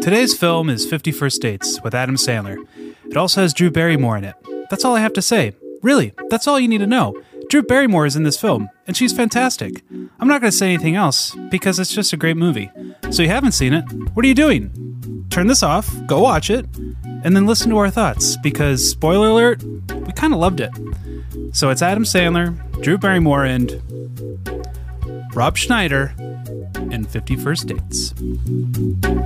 Today's film is 51st Dates with Adam Sandler. It also has Drew Barrymore in it. That's all I have to say. Really, that's all you need to know. Drew Barrymore is in this film, and she's fantastic. I'm not going to say anything else because it's just a great movie. So you haven't seen it? What are you doing? Turn this off, go watch it, and then listen to our thoughts because, spoiler alert, we kind of loved it. So it's Adam Sandler, Drew Barrymore, and Rob Schneider in 51st Dates.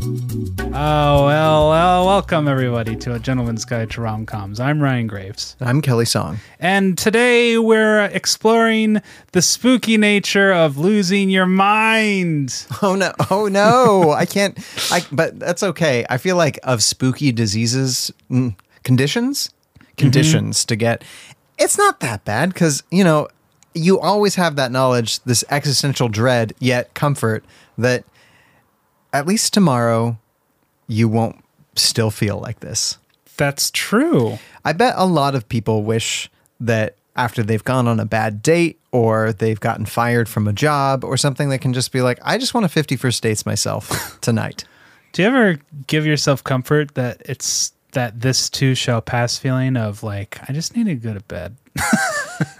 Oh, well, well, welcome everybody to A Gentleman's Guide to Rom Coms. I'm Ryan Graves. I'm Kelly Song. And today we're exploring the spooky nature of losing your mind. Oh no! Oh no! I can't. I but that's okay. I feel like of spooky diseases, mm, conditions, conditions to get. It's not that bad because you know you always have that knowledge, this existential dread, yet comfort that at least tomorrow you won't still feel like this. That's true. I bet a lot of people wish that after they've gone on a bad date or they've gotten fired from a job or something, they can just be like, I just want a 51st dates myself tonight. Do you ever give yourself comfort that it's that this too shall pass feeling of like, I just need to go to bed?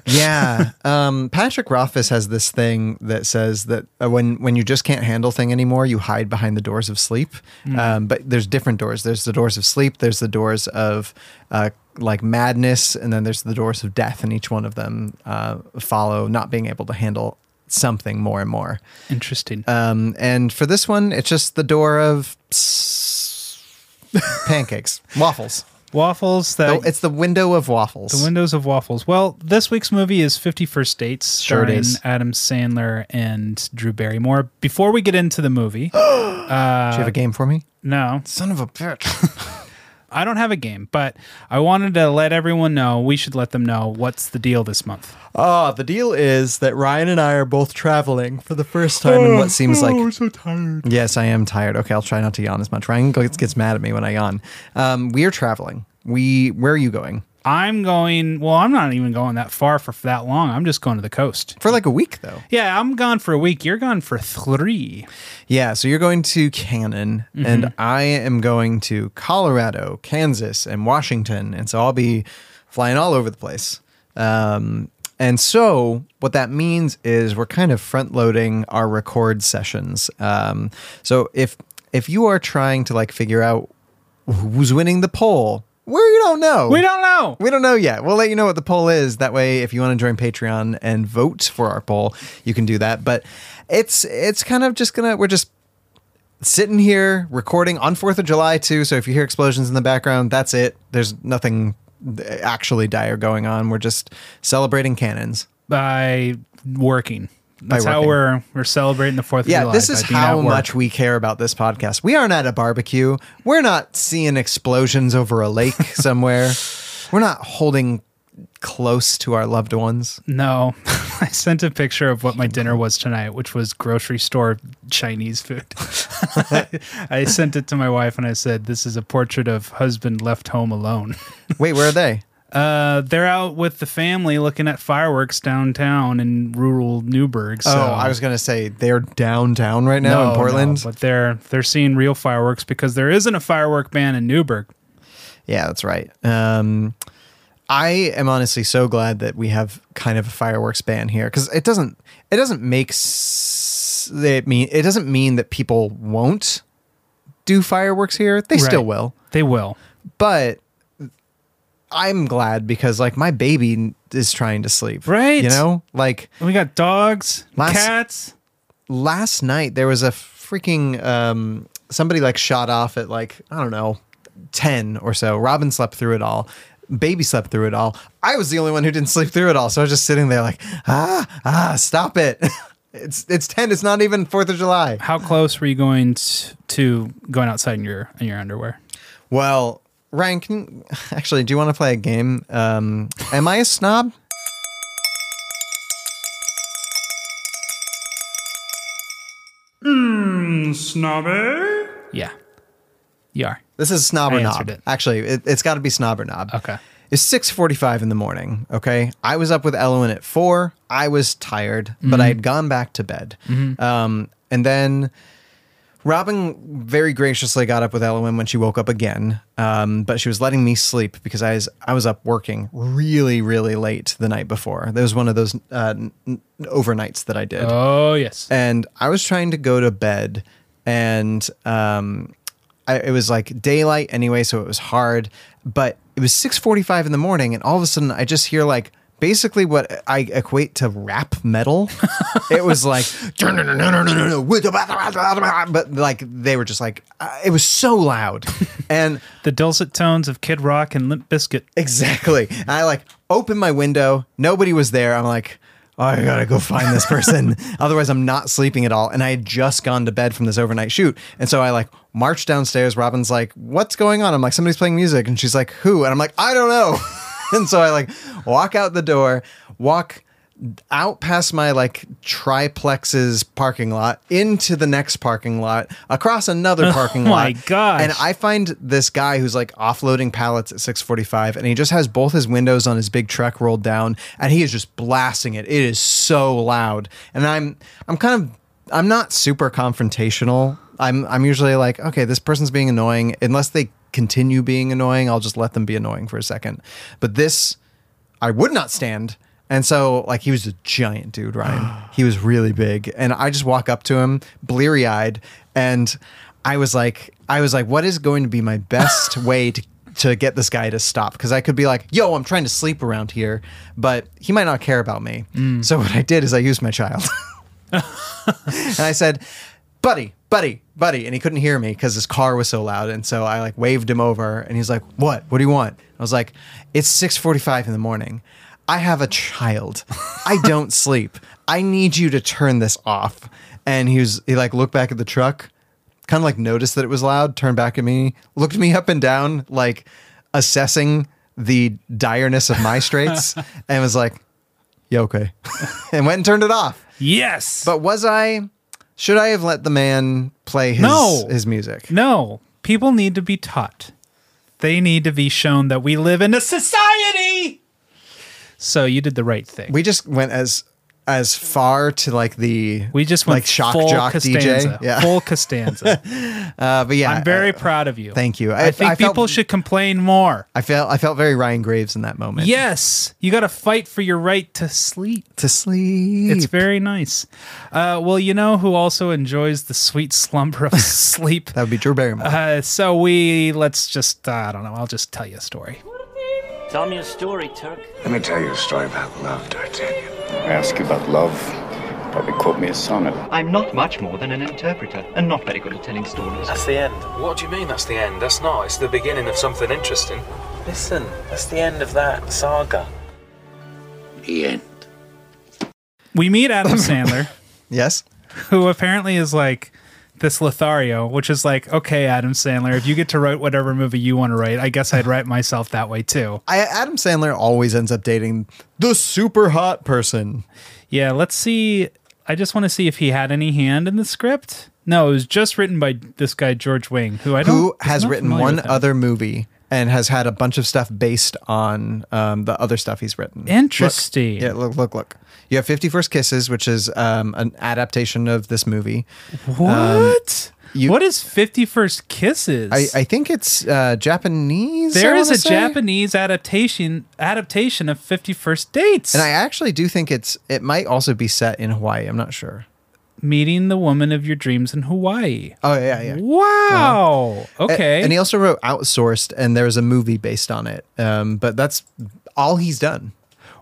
yeah. Um, Patrick Rothfuss has this thing that says that uh, when when you just can't handle thing anymore, you hide behind the doors of sleep. Um, but there's different doors. There's the doors of sleep. There's the doors of uh, like madness, and then there's the doors of death. And each one of them uh, follow not being able to handle something more and more. Interesting. Um, and for this one, it's just the door of s- pancakes, waffles. Waffles that Oh, it's the window of waffles. The Windows of Waffles. Well, this week's movie is 51st Dates, Sure it starring is. Adam Sandler and Drew Barrymore. Before we get into the movie, Do you have a game for me? no, Uh, Son of a bitch. I don't have a game, but I wanted to let everyone know, we should let them know what's the deal this month. Ah, the deal is that Ryan and I are both traveling for the first time in what seems like. I'm Oh, so tired. Yes, I am tired. Okay, I'll try not to yawn as much. Ryan gets, gets mad at me when I yawn. Um, we are traveling. We where are you going I'm going, well, I'm not even going that far for that long. I'm just going to the coast. for like a week though? Yeah, I'm gone for a week. You're gone for three. Yeah, so you're going to Cannon, and I am going to Colorado, Kansas, and Washington, and so I'll be flying all over the place. Um, and so what that means is we're kind of front loading our record sessions. Um, so if if you are trying to like figure out who's winning the poll, where you don't know, We don't know. we don't know yet. We'll let you know what the poll is. That way, if you want to join Patreon and vote for our poll, you can do that. But it's it's kind of just gonna we're just sitting here recording on Fourth of July too. So if you hear explosions in the background, that's it. There's nothing actually dire going on. We're just celebrating cannons. By working. That's how working. we're we're celebrating the Fourth of Yeah, July. this is by being at how work. much we care about this podcast. We aren't at a barbecue. We're not seeing explosions over a lake somewhere. We're not holding close to our loved ones. No, I sent a picture of what my dinner was tonight, which was grocery store Chinese food. I sent it to my wife and I said, "This is a portrait of husband left home alone." Wait, where are they? Uh, they're out with the family looking at fireworks downtown in rural Newburgh. So Oh, I was gonna say they're downtown right now No, in no, Portland. but they're they're seeing real fireworks because there isn't a firework ban in Newburgh. yeah, that's right. Um, I am honestly so glad that we have kind of a fireworks ban here because it doesn't it doesn't make s- it mean it doesn't mean that people won't do fireworks here. They still Right. will, They will. but I'm glad because like my baby is trying to sleep. Right. You know, like We got dogs, Last- cats. last night there was a freaking um somebody like shot off at like i don't know 10 or so robin slept through it all baby slept through it all i was the only one who didn't sleep through it all so i was just sitting there like ah ah stop it it's it's 10 it's not even 4th of july How close were you going t- to going outside in your in your underwear? well ryan can actually do you want to play a game um am i a snob Snobby? Yeah, you are. this is snob I or answered knob it. actually it, it's got to be snob or knob Okay. is 6:45 in the morning, okay? I was up with Ellen at 4. I was tired, but I had gone back to bed. Um, and then Robin very graciously got up with Ellen when she woke up again, um, but she was letting me sleep because I was I was up working really really late the night before. That was one of those uh, n- n- overnights that I did Oh yes. and I was trying to go to bed, and um, I, it was like daylight anyway, so it was hard. But it was six forty-five in the morning, and all of a sudden, I just hear like basically what I equate to rap metal. it was like, but like they were just like uh, it was so loud, and The dulcet tones of Kid Rock and Limp Bizkit. Exactly. And I like opened my window. Nobody was there. I'm like, oh, I gotta go find this person. Otherwise, I'm not sleeping at all. And I had just gone to bed from this overnight shoot. And so I like marched downstairs. Robin's like, what's going on? I'm like, somebody's playing music. And she's like, who? And I'm like, I don't know. and so I like walk out the door, walk out past my like triplexes parking lot into the next parking lot across another parking lot Oh my gosh. and I find this guy who's like offloading pallets at 645 and he just has both his windows on his big truck rolled down and he is just blasting it. It is so loud. And I'm I'm kind of I'm not super confrontational. I'm I'm usually like, okay, this person's being annoying. Unless they continue being annoying, I'll just let them be annoying for a second. But this I would not stand. And so, like, he was a giant dude, Ryan. He was really big. And I just walk up to him, bleary eyed, and I was like, I was like, what is going to be my best way to to get this guy to stop? Because I could be like, yo, I'm trying to sleep around here, but he might not care about me. So what I did is I used my child. and I said, "Buddy, buddy, buddy," and he couldn't hear me because his car was so loud. And so I like waved him over, and he's like, "What? What do you want?" I was like, "It's six forty-five in the morning. I have a child. I don't sleep. I need you to turn this off." And he was he like looked back at the truck, kind of like noticed that it was loud, turned back at me, looked me up and down, like assessing the direness of my straits, and was like, "Yeah, okay," and went and turned it off. Yes. But was I? Should I have let the man play his No. his music? no, people need to be taught. They need to be shown that we live in a society. So you did the right thing. We just went as as far to like the We just went like shock full jock Costanza, DJ. Yeah, full Costanza. uh, but yeah, I'm very uh, proud of you. thank you. I, think I felt- people should complain more. I felt I felt very Ryan Graves in that moment. Yes, you got to fight for your right to sleep. to sleep. It's very nice. Uh, well, you know who also enjoys the sweet slumber of sleep. that would be Drew Barrymore. Uh, so we let's just uh, I don't know. I'll just tell you a story. Tell me a story, Turk. Let me tell you a story about love, D'Artagnan. I ask you about love, probably quote me a sonnet. I'm not much more than an interpreter, and not very good at telling stories. That's the end. What do you mean that's the end? That's not. It's the beginning of something interesting. Listen, that's the end of that saga. The end. We meet Adam Sandler, yes, who apparently is like this Lothario, which is like, okay, Adam Sandler, if you get to write whatever movie you want to write, I guess I'd write myself that way too. I, Adam Sandler always ends up dating the super hot person. Yeah, let's see. I just want to see if he had any hand in the script. No, it was just written by this guy George Wing, who I don't who I'm has not written familiar one with him. other movie and has had a bunch of stuff based on um, the other stuff he's written. Interesting. Look, yeah, look, look, look. You have Fifty First Kisses, which is um, an adaptation of this movie. What? Um, you- what is Fifty First Kisses? I, I think it's uh, Japanese. I there is wanna a say. Japanese adaptation adaptation of Fifty First Dates. and I actually do think it's. It might also be set in Hawaii. I'm not sure. meeting the woman of your dreams in Hawaii. Oh yeah, yeah. Wow. A- Okay. And he also wrote Outsourced, and there was a movie based on it. Um, but that's all he's done.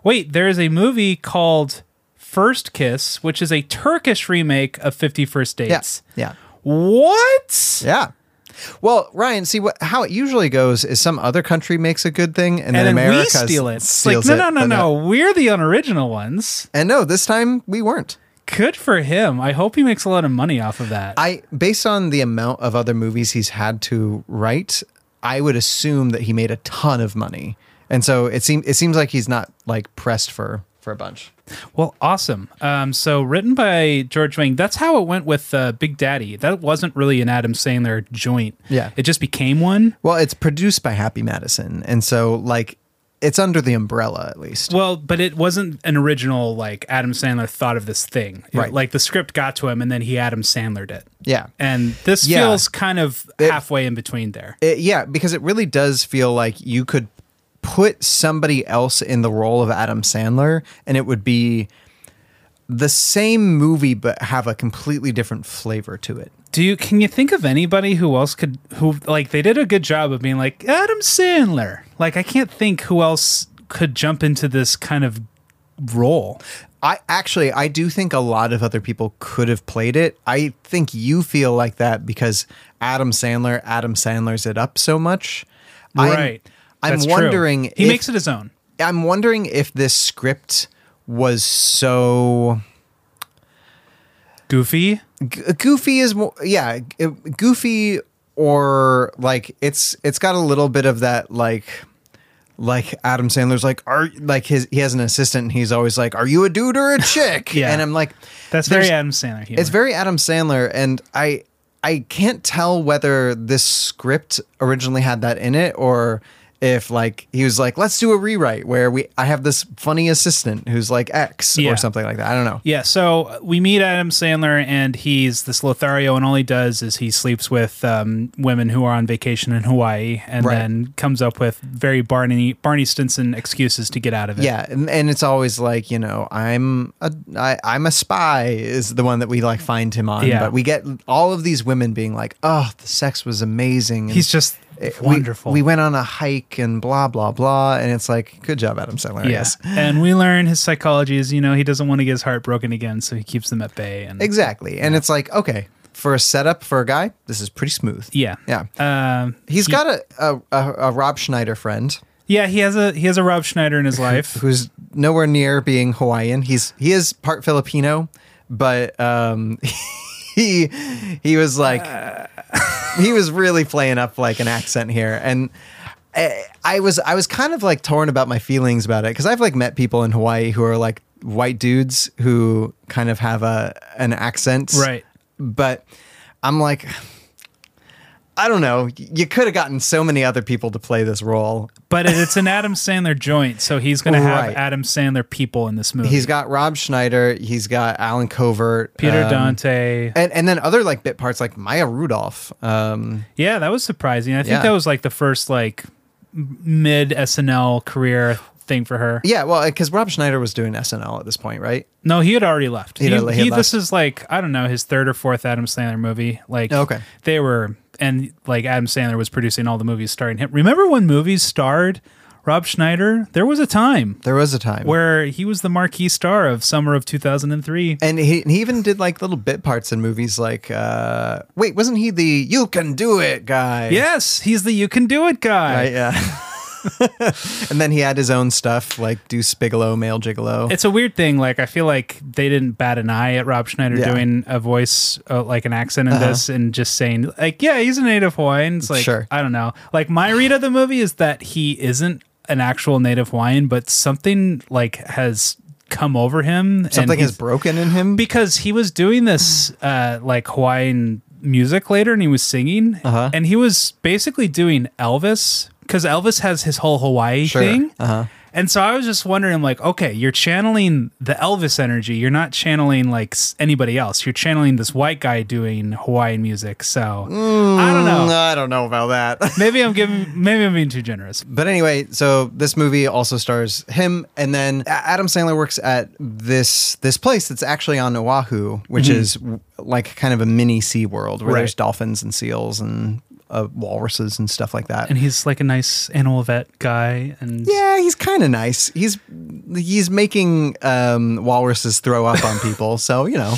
Wait, there is a movie called First Kiss, which is a Turkish remake of Fifty First Dates. Yeah. Yeah. What? Yeah. Well, Ryan, see what how it usually goes is some other country makes a good thing and, And then then America we steal it. It's like, steals no, it, no, no, but no. not- We're the unoriginal ones. And no, this time we weren't. Good for him. I hope he makes a lot of money off of that. I based on the amount of other movies he's had to write, I would assume that he made a ton of money. And so it seems it seems like he's not like pressed for for a bunch. Well, awesome. Um, so written by George Wing. That's how it went with uh, Big Daddy. That wasn't really an Adam Sandler joint. Yeah. it just became one. Well, it's produced by Happy Madison. And so like it's under the umbrella at least. Well, but it wasn't an original like Adam Sandler thought of this thing. It- Right. like the script got to him and then he Adam Sandlered it. Yeah. And this Yeah. feels kind of halfway in between there. It- yeah, because it really does feel like you could put somebody else in the role of Adam Sandler and it would be the same movie but have a completely different flavor to it. Do you can you think of anybody who else could who like they did a good job of being like Adam Sandler? Like I can't think who else could jump into this kind of role. I actually I do think a lot of other people could have played it. I think you feel like that because Adam Sandler Adam Sandler's it up so much. I'm- right. I'm, That's true. wondering He if- makes it his own. I'm wondering if this script was so Goofy. G- goofy is more yeah g- goofy or like it's it's got a little bit of that like like Adam Sandler's like are like his he has an assistant and he's always like are you a dude or a chick Yeah. and I'm like That's very there's- Adam Sandler humor. it's very Adam Sandler, and I I can't tell whether this script originally had that in it or if like he was like let's do a rewrite where we I have this funny assistant who's like X Yeah. or something like that. I don't know. Yeah, so we meet Adam Sandler, and he's this Lothario, and all he does is he sleeps with um, women who are on vacation in Hawaii, and Right. then comes up with very Barney Barney Stinson excuses to get out of it. Yeah, and, and it's always like you know I'm a I, I'm a spy is the one that we like find him on. Yeah. But we get all of these women being like, oh, the sex was amazing. and he's just it- Uh, we- wonderful. We, went on a hike and blah blah blah, and it's like good job, Adam Sandler. I yeah. guess. and we learn his psychology is you know he doesn't want to get his heart broken again, so he keeps them at bay. And Exactly. And it's like, okay, for a setup for a guy, this is pretty smooth. yeah, Yeah. Um, He's got a, a, a, a Rob Schneider friend yeah, he has a he has a Rob Schneider in his life. who's nowhere near being Hawaiian. He's he is part Filipino, but um he he was like he was really playing up like an accent here and I, I was I was kind of like torn about my feelings about it because I've like met people in Hawaii who are like white dudes who kind of have a an accent Right. but I'm like, I don't know. You could have gotten so many other people to play this role. But it- it's an Adam Sandler joint, so he's going to have Right. Adam Sandler people in this movie. He's got Rob Schneider. He's got Alan Covert. Peter um, Dante. And, and then other like bit parts like Maya Rudolph. Um, Yeah, that was surprising. I think Yeah. that was like the first like mid SNL career thing for her. yeah, well, because Rob Schneider was doing SNL at this point, right? No, he had already left. He'd He- already- he he- had This is like I don't know his third or fourth Adam Sandler movie. Like Oh, Okay. they were and like Adam Sandler was producing all the movies starring him. Remember when movies starred Rob Schneider? There was a time There was a time where he was the marquee star of summer of 2003. And he, and he even did like little bit parts in movies like, uh, wait, wasn't he the you can do it guy? Yes, he's the you can do it guy. Right, yeah. and then he had his own stuff like Do Spigolo, Male Gigolo. it's a weird thing. Like I feel like they didn't bat an eye at Rob Schneider Yeah. Uh-huh. doing a voice uh, like an accent in this, and just saying like, "Yeah, he's a native Hawaiian." It's like Sure. I don't know. Like my read of the movie is that he isn't an actual native Hawaiian, but something like has come over him. Something and is he's- broken in him. because he was doing this uh, like Hawaiian music later, and he was singing, and he was basically doing Elvis because Elvis has his whole Hawaii Sure. thing. And so I was just wondering, like, okay, you're channeling the Elvis energy. You're not channeling like s- anybody else. You're channeling this white guy doing Hawaiian music. So I don't Mm, know. I don't know about that. Maybe I'm giving. Maybe I'm being too generous. but anyway, so this movie also stars him, and then A- Adam Sandler works at this this place that's actually on Oahu, which is w- like kind of a mini Sea World where Mm-hmm. Right. there's dolphins and seals and uh, walruses and stuff like that. And he's like a nice animal vet guy, and yeah, he's kind of nice. He's he's making um, walruses throw up on people, so you know.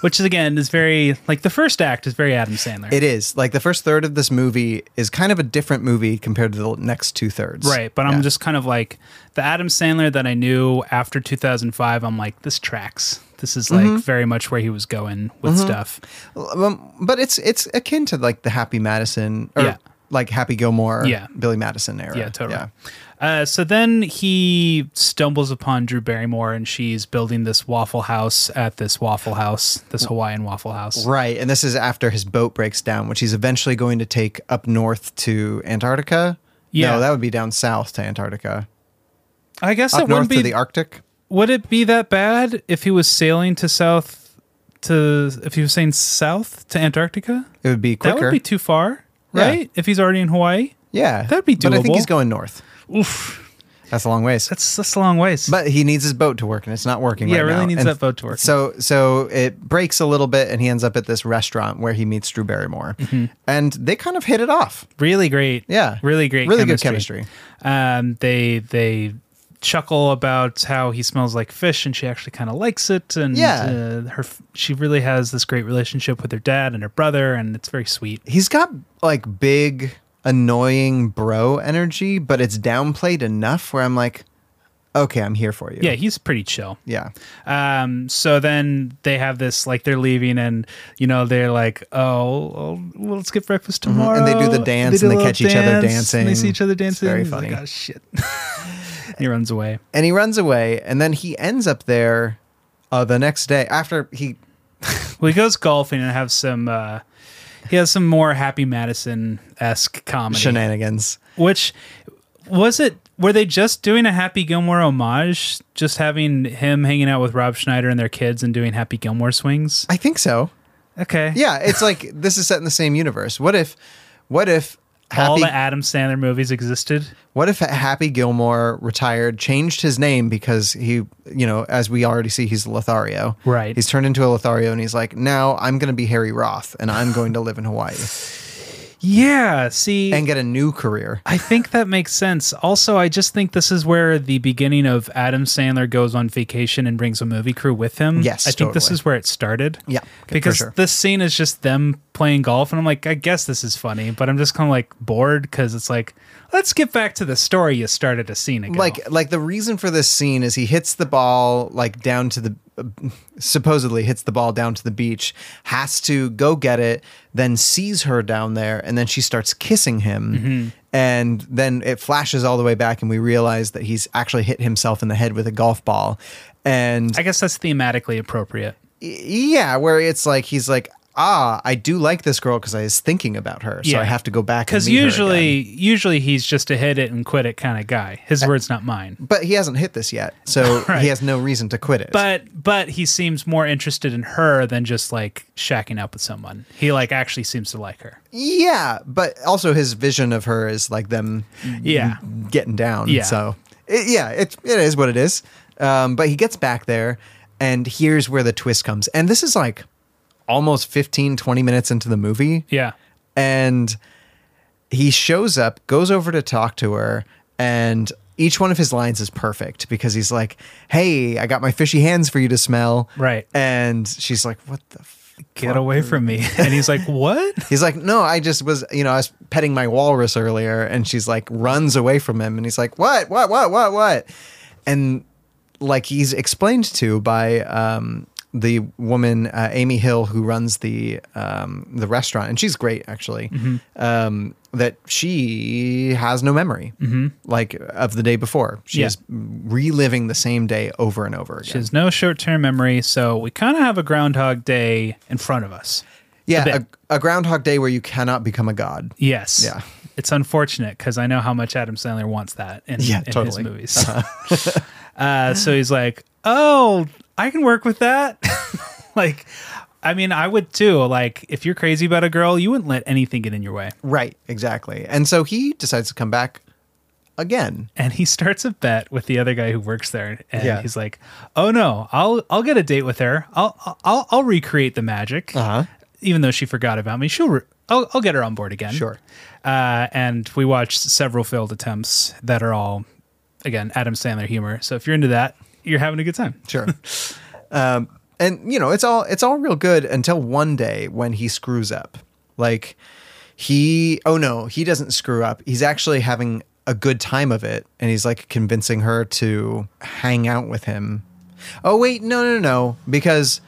which is again is very like the first act is very Adam Sandler. It is like the first third of this movie is kind of a different movie compared to the next two thirds. Right, but I'm Yeah. just kind of like the Adam Sandler that I knew after 2005. I'm like, this tracks. This is Mm-hmm. like very much where he was going with stuff. Um, but it's it's akin to like the Happy Madison or Yeah. like Happy Gilmore, Yeah. Billy Madison era. Yeah, totally. Uh, so then he stumbles upon Drew Barrymore, and she's building this Waffle House at this Waffle House, this Hawaiian Waffle House. Right, and this is after his boat breaks down, which he's eventually going to take up north to Antarctica. Yeah. no, that would be down south to Antarctica. I guess up it north wouldn't to be. the Arctic. would it be that bad if he was sailing to south to if he was saying south to Antarctica? It would be quicker. That would be too far, Yeah. right? If he's already in Hawaii, yeah, that'd be But I doable. think he's going north. oof, That's a long ways. that's that's a long ways. but he needs his boat to work, and it's not working. Yeah, right really now. needs And that boat to work. So, so it breaks a little bit, and he ends up at this restaurant where he meets Drew Barrymore, Mm-hmm. and they kind of hit it off. really great, Yeah, really great, really good chemistry. Um, they they chuckle about how he smells like fish, and she actually kind of likes it. And Yeah. uh, her she really has this great relationship with her dad and her brother, and it's very sweet. He's got like big, annoying bro energy, but it's downplayed enough where I'm like, okay, I'm here for you. Yeah, he's pretty chill. yeah. Um, so then they have this like they're leaving, and you know they're like, oh, oh, well, let's get breakfast tomorrow. Mm-hmm. And they do the dance, do and a they little catch each other dance, and They dancing. see each other It's dancing. very He's like, funny. "Oh, shit. he runs away. and he runs away, and then he ends up there uh, the next day after he. Well, he goes golfing and have some. Uh, he has some more Happy Madison esque comedy, Shenanigans. which was it. Were they just doing a Happy Gilmore homage, just having him hanging out with Rob Schneider and their kids and doing Happy Gilmore swings? I think so. Okay, Yeah, it's like this is set in the same universe. What if, what if all Happy, the Adam Sandler movies existed. what if Happy Gilmore retired, changed his name because he, you know, as we already see, he's Lothario. Right. He's turned into a Lothario, and he's like, now I'm going to be Harry Roth, and I'm going to live in Hawaii Yeah, see, and get a new career. I think that makes sense. Also, I just think this is where the beginning of Adam Sandler goes on vacation and brings a movie crew with him. Yes, I think this totally. is where it started. Yeah, okay, for because sure. this scene is just them playing golf, and I'm like, I guess this is funny, but I'm just kind of like bored because it's like, let's get back to the story you started a scene ago. Like, like the reason for this scene is he hits the ball like down to the, supposedly hits the ball down to the beach, has to go get it, then sees her down there, and then she starts kissing him. Mm-hmm. And then it flashes all the way back, and we realize that he's actually hit himself in the head with a golf ball. And I guess that's thematically appropriate. yeah, where it's like he's like, ah, I do like this girl because I was thinking about her, so Yeah. I have to go back. Because Because usually, usually, usually he's just a hit it and quit it kind of guy. His words, not mine. but he hasn't hit this yet, so Right. he has no reason to quit it. but but he seems more interested in her than just like shacking up with someone. He like actually seems to like her. Mm-hmm. yeah, but also his vision of her is like them Yeah. getting down. Yeah. So it, yeah, it it is what it is. Um, but he gets back there, and here's where the twist comes. And this is like almost 15, 20 minutes into the movie. Yeah. and he shows up, goes over to talk to her, and each one of his lines is perfect because he's like, "Hey, I got my fishy hands for you to smell." Right. And she's like, "What the?" F-? Get away from me. And he's like, "What?" He's like, "No, I just was, you know, I was petting my walrus earlier." And she's like, runs away from him, and he's like, "What? What? What? What? What?" And like he's explained to by um, the woman uh, Amy Hill who runs the um, the restaurant, and she's great actually. Um, that she has no memory, like of the day before. She Yeah. is reliving the same day over and over again. She has no short-term memory, so we kind of have a groundhog day in front of us. yeah, bit. a, a Groundhog Day where you cannot become a god. Yes. Yeah. It's unfortunate because I know how much Adam Sandler wants that in, Yeah, in totally. Uh-huh. his movies. uh, so he's like, oh, I can work with that. like, I mean, I would too. Like, if you're crazy about a girl, you wouldn't let anything get in your way. Right, exactly. And so he decides to come back again. and he starts a bet with the other guy who works there and Yeah. he's like oh no i'll i'll get a date with her i'll i'll i'll recreate the magic Uh-huh. even though she forgot about me she'll re- I'll, I'll get her on board again Sure. uh, and we watched several failed attempts that are all again adam sandler humor so if you're into that you're having a good time Sure. um, and you know, it's all it's all real good until one day when he screws up. Like he oh no, he doesn't screw up. He's actually having a good time of it and he's like convincing her to hang out with him. Oh wait, no no no, because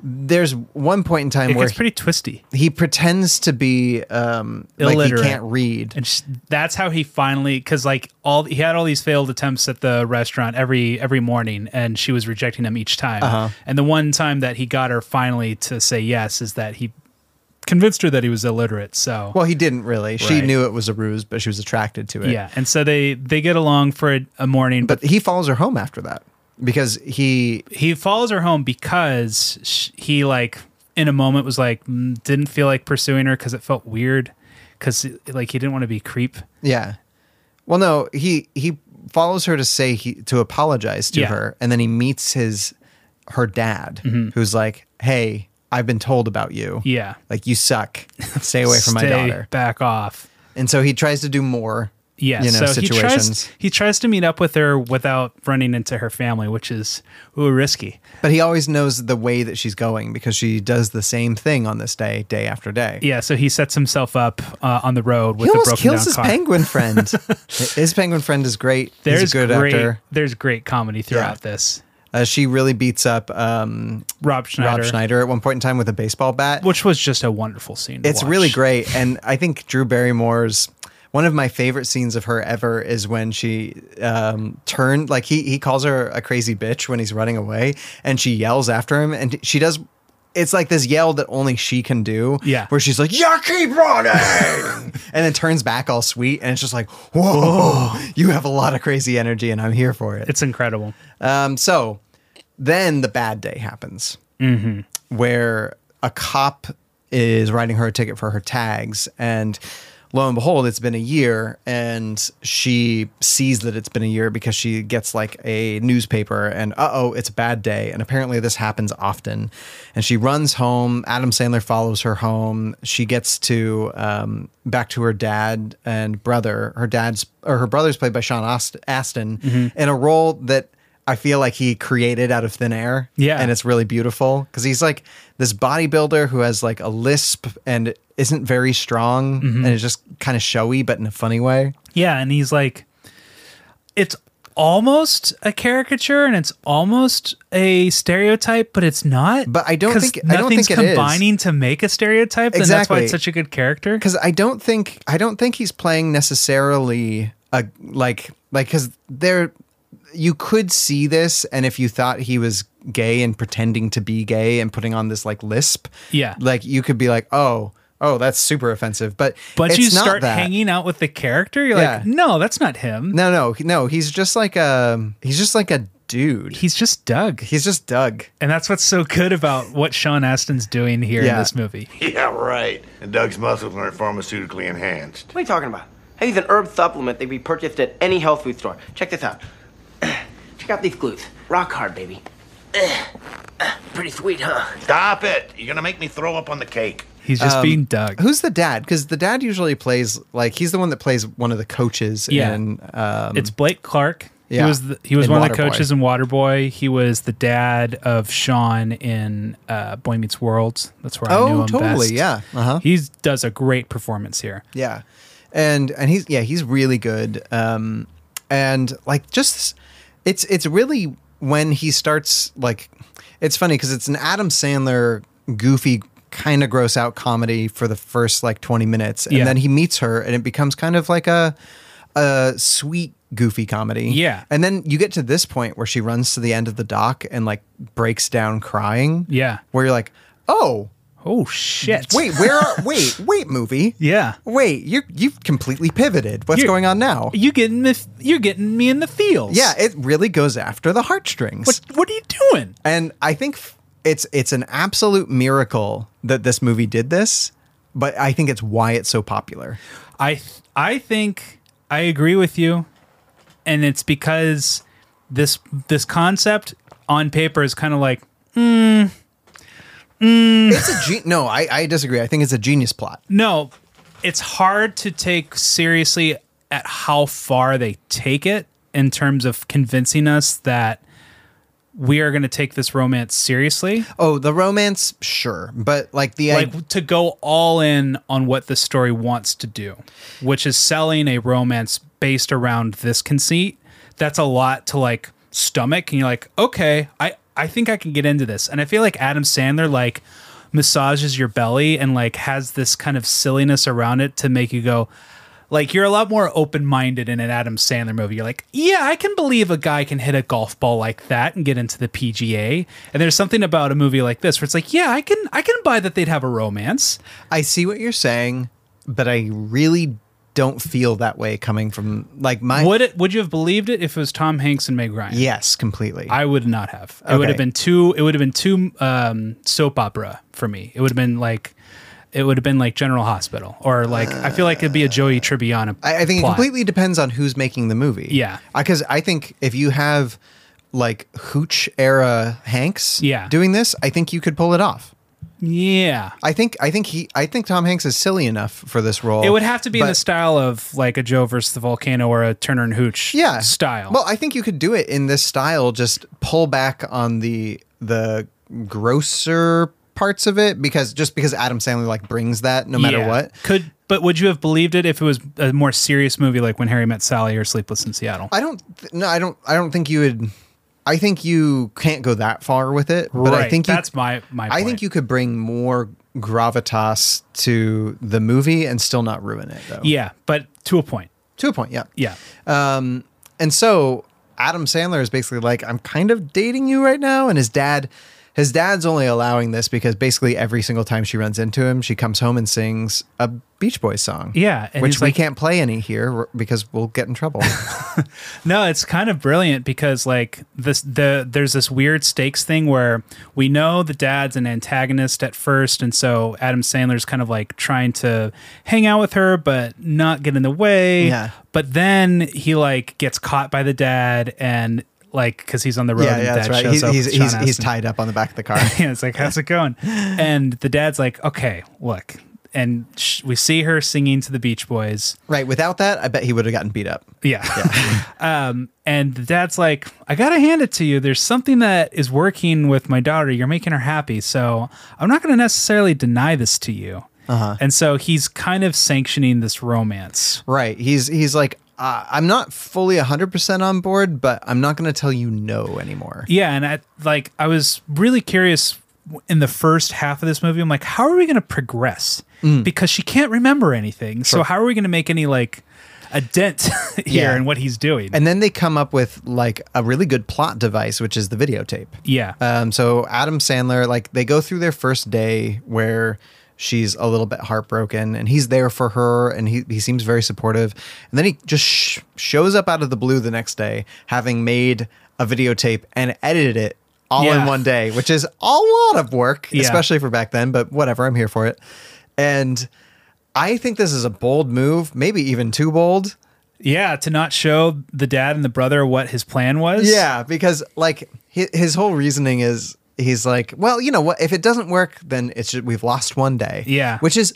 there's one point in time it where gets pretty twisty he, he pretends to be um like he Illiterate. can't read. and sh that's how he finally because like all he had all these failed attempts at the restaurant every every morning and she was Uh-huh. rejecting him each time and the one time that he got her finally to say yes is that he convinced her that he was illiterate. So Well, he didn't really. She Right. knew it was a ruse, but she was attracted to it. yeah, and so they they get along for a, a morning, but But he follows her home after that because he he follows her home because sh he like in a moment was like mm, didn't feel like pursuing her because it felt weird because like he didn't want to be creep. Yeah. Well, no, he he follows her to say he to apologize to Yeah. her, and then he meets his her dad, who's like, "Hey, I've been told about you. Mm-hmm. Yeah, Like you suck. Stay away from my Stay daughter." Back off. And so he tries to do more. Yeah, you so know, he situations. tries he tries to meet up with her without running into her family, which is ooh risky. but he always knows the way that she's going because she does the same thing on this day, day after day. Yeah, so he sets himself up uh, on the road with He a almost broken kills down his car. penguin friend. his penguin friend is great. There's He's a good great, actor. There's great comedy throughout this. Uh, she really beats up um, Rob Schneider, Rob Schneider at one point in time with a baseball bat. which was just a wonderful scene. to It's watch. really great, and I think Drew Barrymore's one of my favorite scenes of her ever is when she um, turned like he he calls her a crazy bitch when he's running away, and she yells after him, and she does. It's like this yell that only she can do. Yeah. where she's like, "You keep running," and then turns back all sweet, and it's just like, "Whoa, you have a lot of crazy energy, and I'm here for it." It's incredible. Um, so then the bad day happens where a cop is writing her a ticket for her tags. And lo and behold, it's been a year. And she sees that it's been a year because she gets like a newspaper and, uh oh, it's a bad day. And apparently this happens often. And she runs home. Adam Sandler follows her home. She gets to um, back to her dad and brother. Her dad's or her brother's played by Sean Ast- Astin in a role that. I feel like he created out of thin air. Yeah. And it's really beautiful because he's like this bodybuilder who has like a lisp and isn't very strong Mm-hmm. and is just kind of showy, but in a funny way. Yeah, and he's like, it's almost a caricature and it's almost a stereotype, but it's not. But I don't 'Cause think- I don't nothing's think it is. combining to make a stereotype, and that's why Exactly. it's such a good character. Because I don't think I don't think he's playing necessarily a like like because there you could see this and if you thought he was gay and pretending to be gay and putting on this like lisp, Yeah. like you could be like, oh, oh, that's super offensive. But But it's you not start that. hanging out with the character, you're Yeah. like, no, that's not him. No, no, he- no. He's just like a he's just like a dude. He's just Doug. He's just Doug. And that's what's so good about what Sean Astin's doing here in Yeah. this movie. Yeah, right. And Doug's muscles aren't pharmaceutically enhanced. What are you talking about? I use an herb supplement that we purchased at any health food store. Check this out. Check out these glutes. Rock hard, baby. Pretty sweet, huh? Stop it! You're gonna make me throw up on the cake. He's Um, just being Doug. Who's the dad? Because the dad usually plays like he's the one that plays one of the coaches. Yeah. In, um, it's Blake Clark. Yeah. He was the, he was In one of the Waterboy. coaches in Waterboy. He was the dad of Sean in uh, Boy Meets World. That's where I Oh, knew him totally, best. yeah. Uh-huh. He does a great performance here. yeah, and and he's yeah he's really good. Um, and like just it's it's really when he starts like it's funny because it's an Adam Sandler goofy kind of gross out comedy for the first like 20 minutes and Yeah. then he meets her and it becomes kind of like a a sweet goofy comedy Yeah. and then you get to this point where she runs to the end of the dock and like breaks down crying Yeah. where you're like oh Oh shit! wait where are wait wait movie Yeah. wait you you've completely pivoted what's You're- going on now You getting me? You're getting me in the feels. yeah it really goes after the heartstrings What What are you doing? and i think f- it's it's an absolute miracle that this movie did this but i think it's why it's so popular I th- I think I agree with you, and it's because this this concept on paper is kind of like it's a gen- no I, I disagree i think it's a genius plot No, it's hard to take seriously at how far they take it in terms of convincing us that we are going to take this romance seriously. oh the romance sure but like the idea. Like to go all in on what the story wants to do, which is selling a romance based around this conceit. That's a lot to like stomach, and you're like, okay, I I think I can get into this. And I feel like Adam Sandler like massages your belly and like has this kind of silliness around it to make you go, Like you're a lot more open minded in an Adam Sandler movie. You're like, yeah, I can believe a guy can hit a golf ball like that and get into the PGA. And there's something about a movie like this where it's like, yeah, I can I can buy that they'd have a romance. I see what you're saying, but I really don't feel that way coming from like my Would it would you have believed it if it was Tom Hanks and Meg Ryan? yes completely. I would not have. It would Okay. have been too. It would have been too um, soap opera for me. It would have been like, it would have been like General Hospital or like. I feel like it'd be a Joey Tribbiani. I, I think plot. it completely depends on who's making the movie. Yeah. Because I think if you have like Hooch era Hanks Yeah. doing this, I think you could pull it off. Yeah, I think I think he I think Tom Hanks is silly enough for this role. it would have to be in the Oh, but- style of like a Joe versus the volcano or a Turner and Hooch. yeah style. Well, I think you could do it in this style. Just pull back on the the grosser parts of it because just because Adam Sandler like brings that no matter Yeah. what. Could but would you have believed it if it was a more serious movie like When Harry Met Sally or Sleepless in Seattle? I don't. Th- no, I don't. I don't think you would. I think you can't go that far with it. But I Right, think you, that's my- my I point. think you could bring more gravitas to the movie and still not ruin it, though. yeah, but to a point. To a point. Yeah. Yeah. And so Adam Sandler is basically like, I'm kind of dating you right now, and his dad. His dad's only allowing this because basically every single time she runs into him, she comes home and sings a Beach Boys song. Yeah, and which he's we like- can't play any here because we'll get in trouble. No, it's kind of brilliant because like this the there's this weird stakes thing where we know the dad's an antagonist at first, and so Adam Sandler's kind of like trying to hang out with her but not get in the way. Yeah. But then he like gets caught by the dad and like because he's on the road yeah, and yeah, the that's dad right. shows He's, up. he's, with Sean he's, he's Astin. tied up on the back of the car. Yeah, it's like, how's it going? And the dad's like, okay, look. And sh- we see her singing to the Beach Boys. Right. Without that, I bet he would have gotten beat up. Yeah. um, and the dad's like, I got to hand it to you. There's something that is working with my daughter. You're making her happy. So I'm not going to necessarily deny this to you. Uh-huh. And so he's kind of sanctioning this romance. Right. He's he's like, uh, I'm not fully 100% on board, but I'm not going to tell you no anymore. Yeah. And I, like, I was really curious w- in the first half of this movie. I'm like, how are we going to progress? Mm. Because she can't remember anything. So how are we going to make any, like, a dent here Yeah. in what he's doing? And then they come up with like a really good plot device, which is the videotape. yeah. Um, so Adam Sandler, like they go through their first day where she's a little bit heartbroken and he's there for her and he, he seems very supportive. And then he just sh- shows up out of the blue the next day, having made a videotape and edited it all Yeah. in one day, which is a lot of work, Yeah. especially for back then, but whatever, I'm here for it. And I think this is a bold move, maybe even too bold. Yeah, to not show the dad and the brother what his plan was. Yeah, because like his, his whole reasoning is he's like, well, you know what? If it doesn't work, then it's just, we've lost one day. Yeah. which is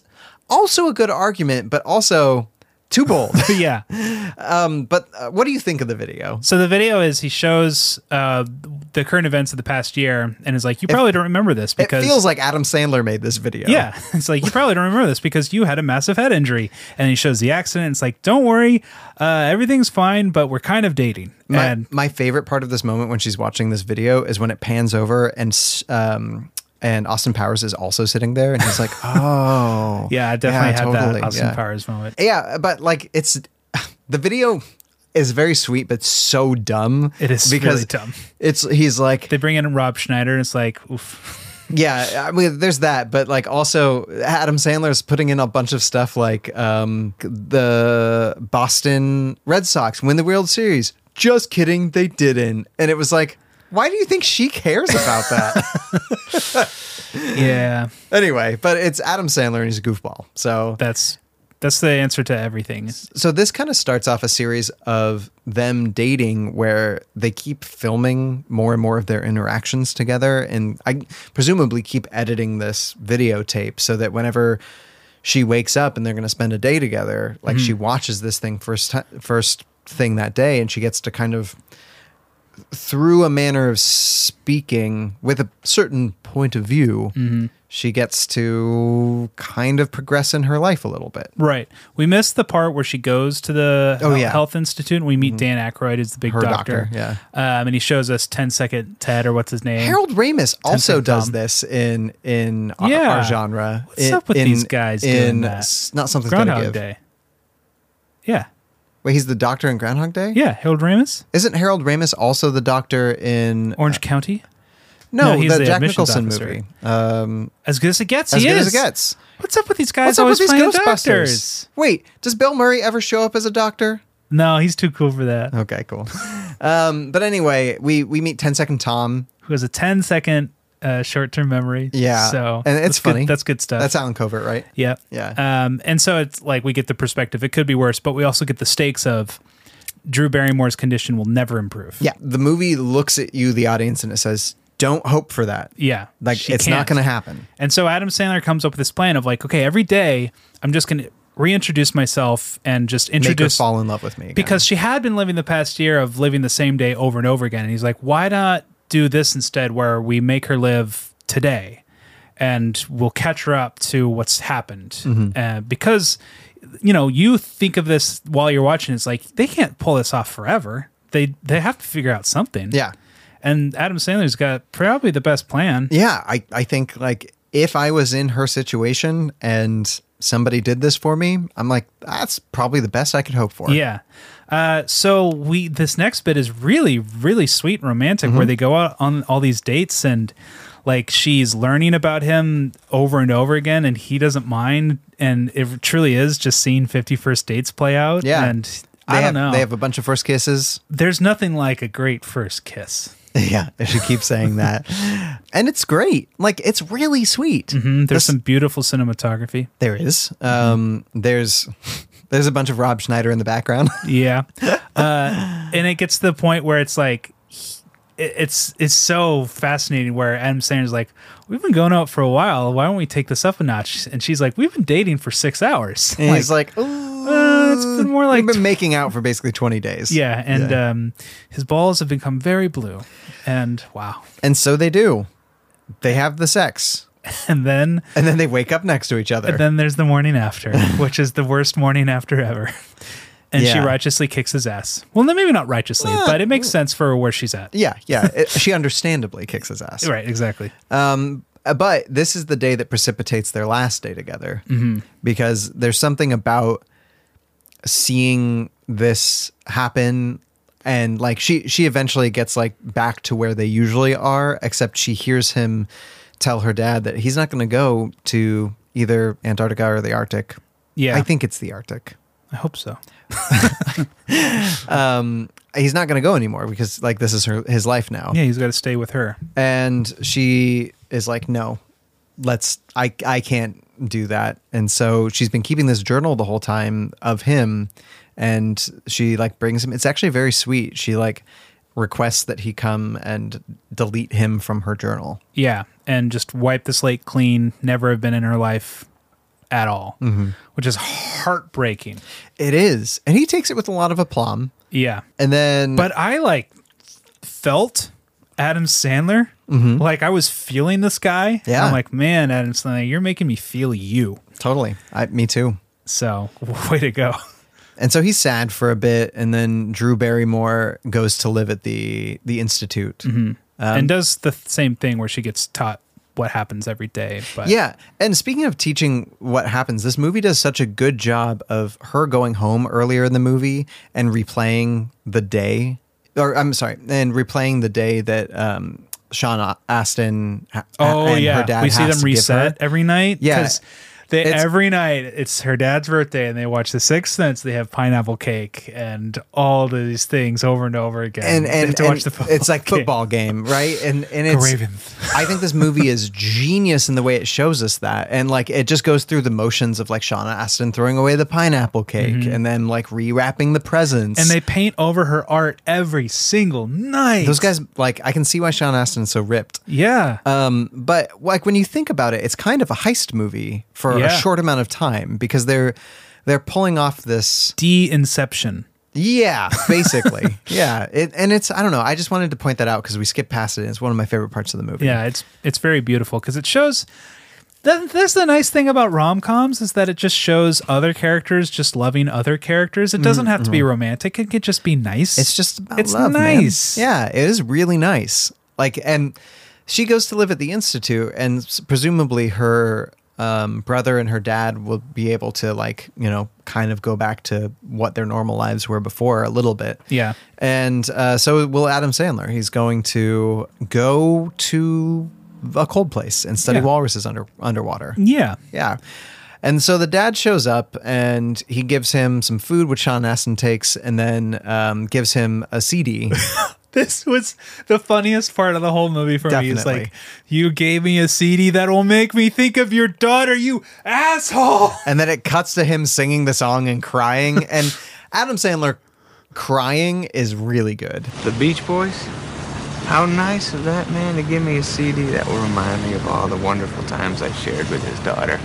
also a good argument, but also too bold. yeah. but uh, what do you think of the video? So the video is he shows uh, the current events of the past year and is like, you probably don't remember this It because. feels like Adam Sandler made this video. yeah, it's like you probably don't remember this because you had a massive head injury, and he shows the accident. It's like, don't worry, uh, everything's fine, but we're kind of dating. My, and my favorite part of this moment when she's watching this video is when it pans over and s- um and Austin Powers is also sitting there and he's like, "Oh, yeah, I definitely had totally, that Austin yeah. Powers moment. Yeah, but like it's the video is very sweet, but so dumb. It is really dumb. It's he's like, They bring in Rob Schneider, and it's like, oof. yeah. I mean, there's that, but like also Adam Sandler's putting in a bunch of stuff like um, the Boston Red Sox win the World Series. Just kidding, they didn't. And it was like, why do you think she cares about that? yeah, anyway, but it's Adam Sandler and he's a goofball, so that's that's the answer to everything. so this kind of starts off a series of them dating where they keep filming more and more of their interactions together and i presumably keep editing this videotape so that whenever she wakes up and they're going to spend a day together like she watches this thing first ti first thing that day and she gets to kind of through a manner of speaking with a certain point of view she gets to kind of progress in her life a little bit Right. We missed the part where she goes to the Oh, he- yeah. Mm-hmm. health institute and we meet Dan Aykroyd as the big Her doctor. doctor, yeah. Um, and he shows us 10 second Ted or what's his name? Harold Ramis also Cent does Dumb. this in in our, Yeah. our genre. What's up with in, these guys doing in that? s- Not something Groundhog to give. Day. Yeah. Wait, he's the doctor in Groundhog Day? Yeah. Harold Ramis, Isn't Harold Ramis also the doctor in Orange County. No, no, he's the, the Jack admissions Nicholson officer. movie. As good as it gets, As he good is. as it gets. What's up with these guys What's up always with these playing Ghostbusters? doctors? Wait, does Bill Murray ever show up as a doctor? No, he's too cool for that. Okay, cool. um, but anyway, we we meet 10 Second Tom. Who has a 10 second uh, short term memory? Yeah, So and it's that's funny. Good, that's good stuff. That's Alan Covert, right? Yeah. Yeah. Um, and so it's like we get the perspective. It could be worse, but we also get the stakes of Drew Barrymore's condition will never improve. Yeah, the movie looks at you, the audience, and it says, "Don't hope for that. Yeah. Like She it's not can't. going to happen." And so Adam Sandler comes up with this plan of like, okay, every day I'm just going to reintroduce myself and just Make her introduce fall in love with me again. because she had been living the past year of living the same day over and over again. And he's like, why not do this instead where we make her live today and we'll catch her up to what's happened? Uh, because, you know, you think of this while you're watching, it's like they can't pull this off forever. They, they have to figure out something. yeah, And Adam Sandler's got probably the best plan. yeah, I I think like if I was in her situation and somebody did this for me, I'm like, that's probably the best I could hope for. Yeah. Uh, so we this next bit is really really sweet and romantic Mm-hmm. where they go out on all these dates and like she's learning about him over and over again and he doesn't mind and it truly is just seeing 51st dates play out yeah. and They I have, don't know They have a bunch of first kisses. there's nothing like a great first kiss Yeah, I should keep saying that. And it's great. Like it's really sweet. Mm, there's This- some Mm-hmm. beautiful cinematography There is. Um, there's there's a bunch of Rob Schneider in the background. yeah uh, and it gets to the point where it's like he- it- it's it's so fascinating where Adam Sandler's like we've been going out for a while why don't we take this up a notch and she's like we've been dating for six hours And he's like, uh, it's been more like we've been making out for basically 20 days. yeah and Um, his balls have become very blue and wow And so they do. They have the sex. and then And then they wake up next to each other. and then there's the morning after which is the worst morning after ever and she Yeah. righteously kicks his ass well no, maybe not righteously but it makes sense for where she's at yeah, yeah. It- she understandably kicks his ass. right exactly Uh, But this is the day that precipitates their last day together Mm-hmm. because there's something about seeing this happen and like she she eventually gets like back to where they usually are except she hears him tell her dad that he's not going to go to either Antarctica or the Arctic. yeah I think it's the Arctic. I hope so. He's not going to go anymore because like this is her his life now. Yeah, he's got to stay with her. and she is like no let's i i can't do that and so she's been keeping this journal the whole time of him and she like brings him it's actually very sweet she like requests that he come and delete him from her journal Yeah, and just wipe the slate clean. Never have been in her life at all, mm-hmm. which is heartbreaking. it is and he takes it with a lot of aplomb Yeah, and then but I like felt Adam Sandler. Like I was feeling this guy. and Yeah. I'm like, man, Adam Sandler, you're making me feel you. totally I, me too So way to go. and so he's sad for a bit and then drew barrymore goes to live at the the institute Mm-hmm. and does the th- same thing where she gets taught what happens every day. But Yeah. And speaking of teaching what happens, this movie does such a good job of her going home earlier in the movie and replaying the day, or I'm sorry, and replaying the day that um, Sean Astin ha- Oh and yeah, her dad we see them has to give her. reset every night. Yeah. 'cause they It's- every night it's her dad's birthday, and they watch The Sixth Sense. They have pineapple cake and all these things over and over again. And, they and, have to and watch the football it's like game. football game, right? And and The it's Ravens. I think this movie is genius in the way it shows us that. And like it just goes through the motions of like Shauna Astin throwing away the pineapple cake and then like rewrapping the presents. Mm-hmm. And they paint over her art every single night. Those guys, like, I can see why Sean Astin's so ripped. yeah, Um, but like when you think about it, it's kind of a heist movie for Yeah. a short amount of time because they're they're pulling off this. D Inception. Yeah, basically. yeah, it, and it's I don't know. I just wanted to point that out because we skipped past it. It's one of my favorite parts of the movie. Yeah, it's it's very beautiful because it shows. that- That's the nice thing about rom coms is that it just shows other characters just loving other characters. It doesn't have to be romantic; it could just be nice. Mm, mm-hmm. It's just about it's love, man. nice. Yeah, it is really nice. Like, and she goes to live at the institute, and s- presumably her um, brother and her dad will be able to like you know kind of go back to what their normal lives were before a little bit. Yeah. and uh, so will Adam Sandler. He's going to go to a cold place and study Yeah. walruses under underwater. Yeah. Yeah. And so the dad shows up and he gives him some food, which Sean Astin takes, and then um, gives him a CD. This was the funniest part of the whole movie for me. It's Definitely. like, you gave me a CD that will make me think of your daughter, you asshole. and then it cuts to him singing the song and crying. And Adam Sandler crying is really good. The Beach Boys? How nice of that man to give me a CD that will remind me of all the wonderful times I shared with his daughter.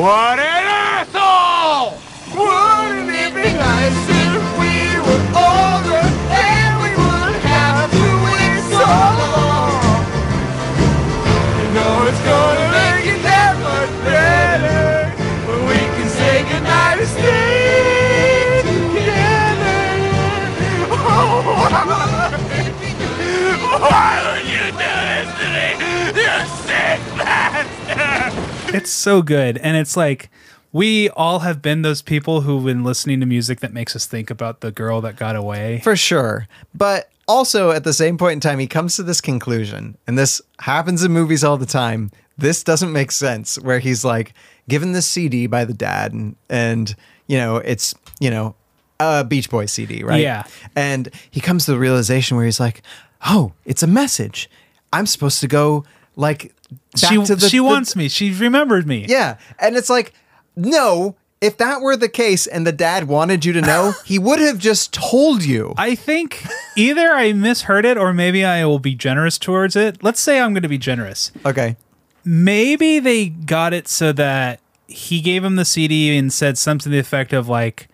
What an asshole! Wouldn't it be nice if we were older and we would have Oh. to wait so long? You know it's gonna make it that much better when we can say goodnight and stay together. Oh, why? Why would you do this to me? You sick bastard! It's so good. And it's like, we all have been those people who've been listening to music that makes us think about the girl that got away. For sure. But also at the same point in time, he comes to this conclusion, and this happens in movies all the time. This doesn't make sense, where he's like given this CD by the dad, and, and you know, it's, you know, a Beach Boy CD, right? Yeah. And he comes to the realization where he's like, oh, it's a message. I'm supposed to go like back she to the she the- wants me. She remembered me. yeah. And it's like, no, if that were the case and the dad wanted you to know, he would have just told you. I think either I misheard it or maybe I will be generous towards it. Let's say I'm going to be generous. okay. Maybe they got it so that he gave him the CD and said something to the effect of like,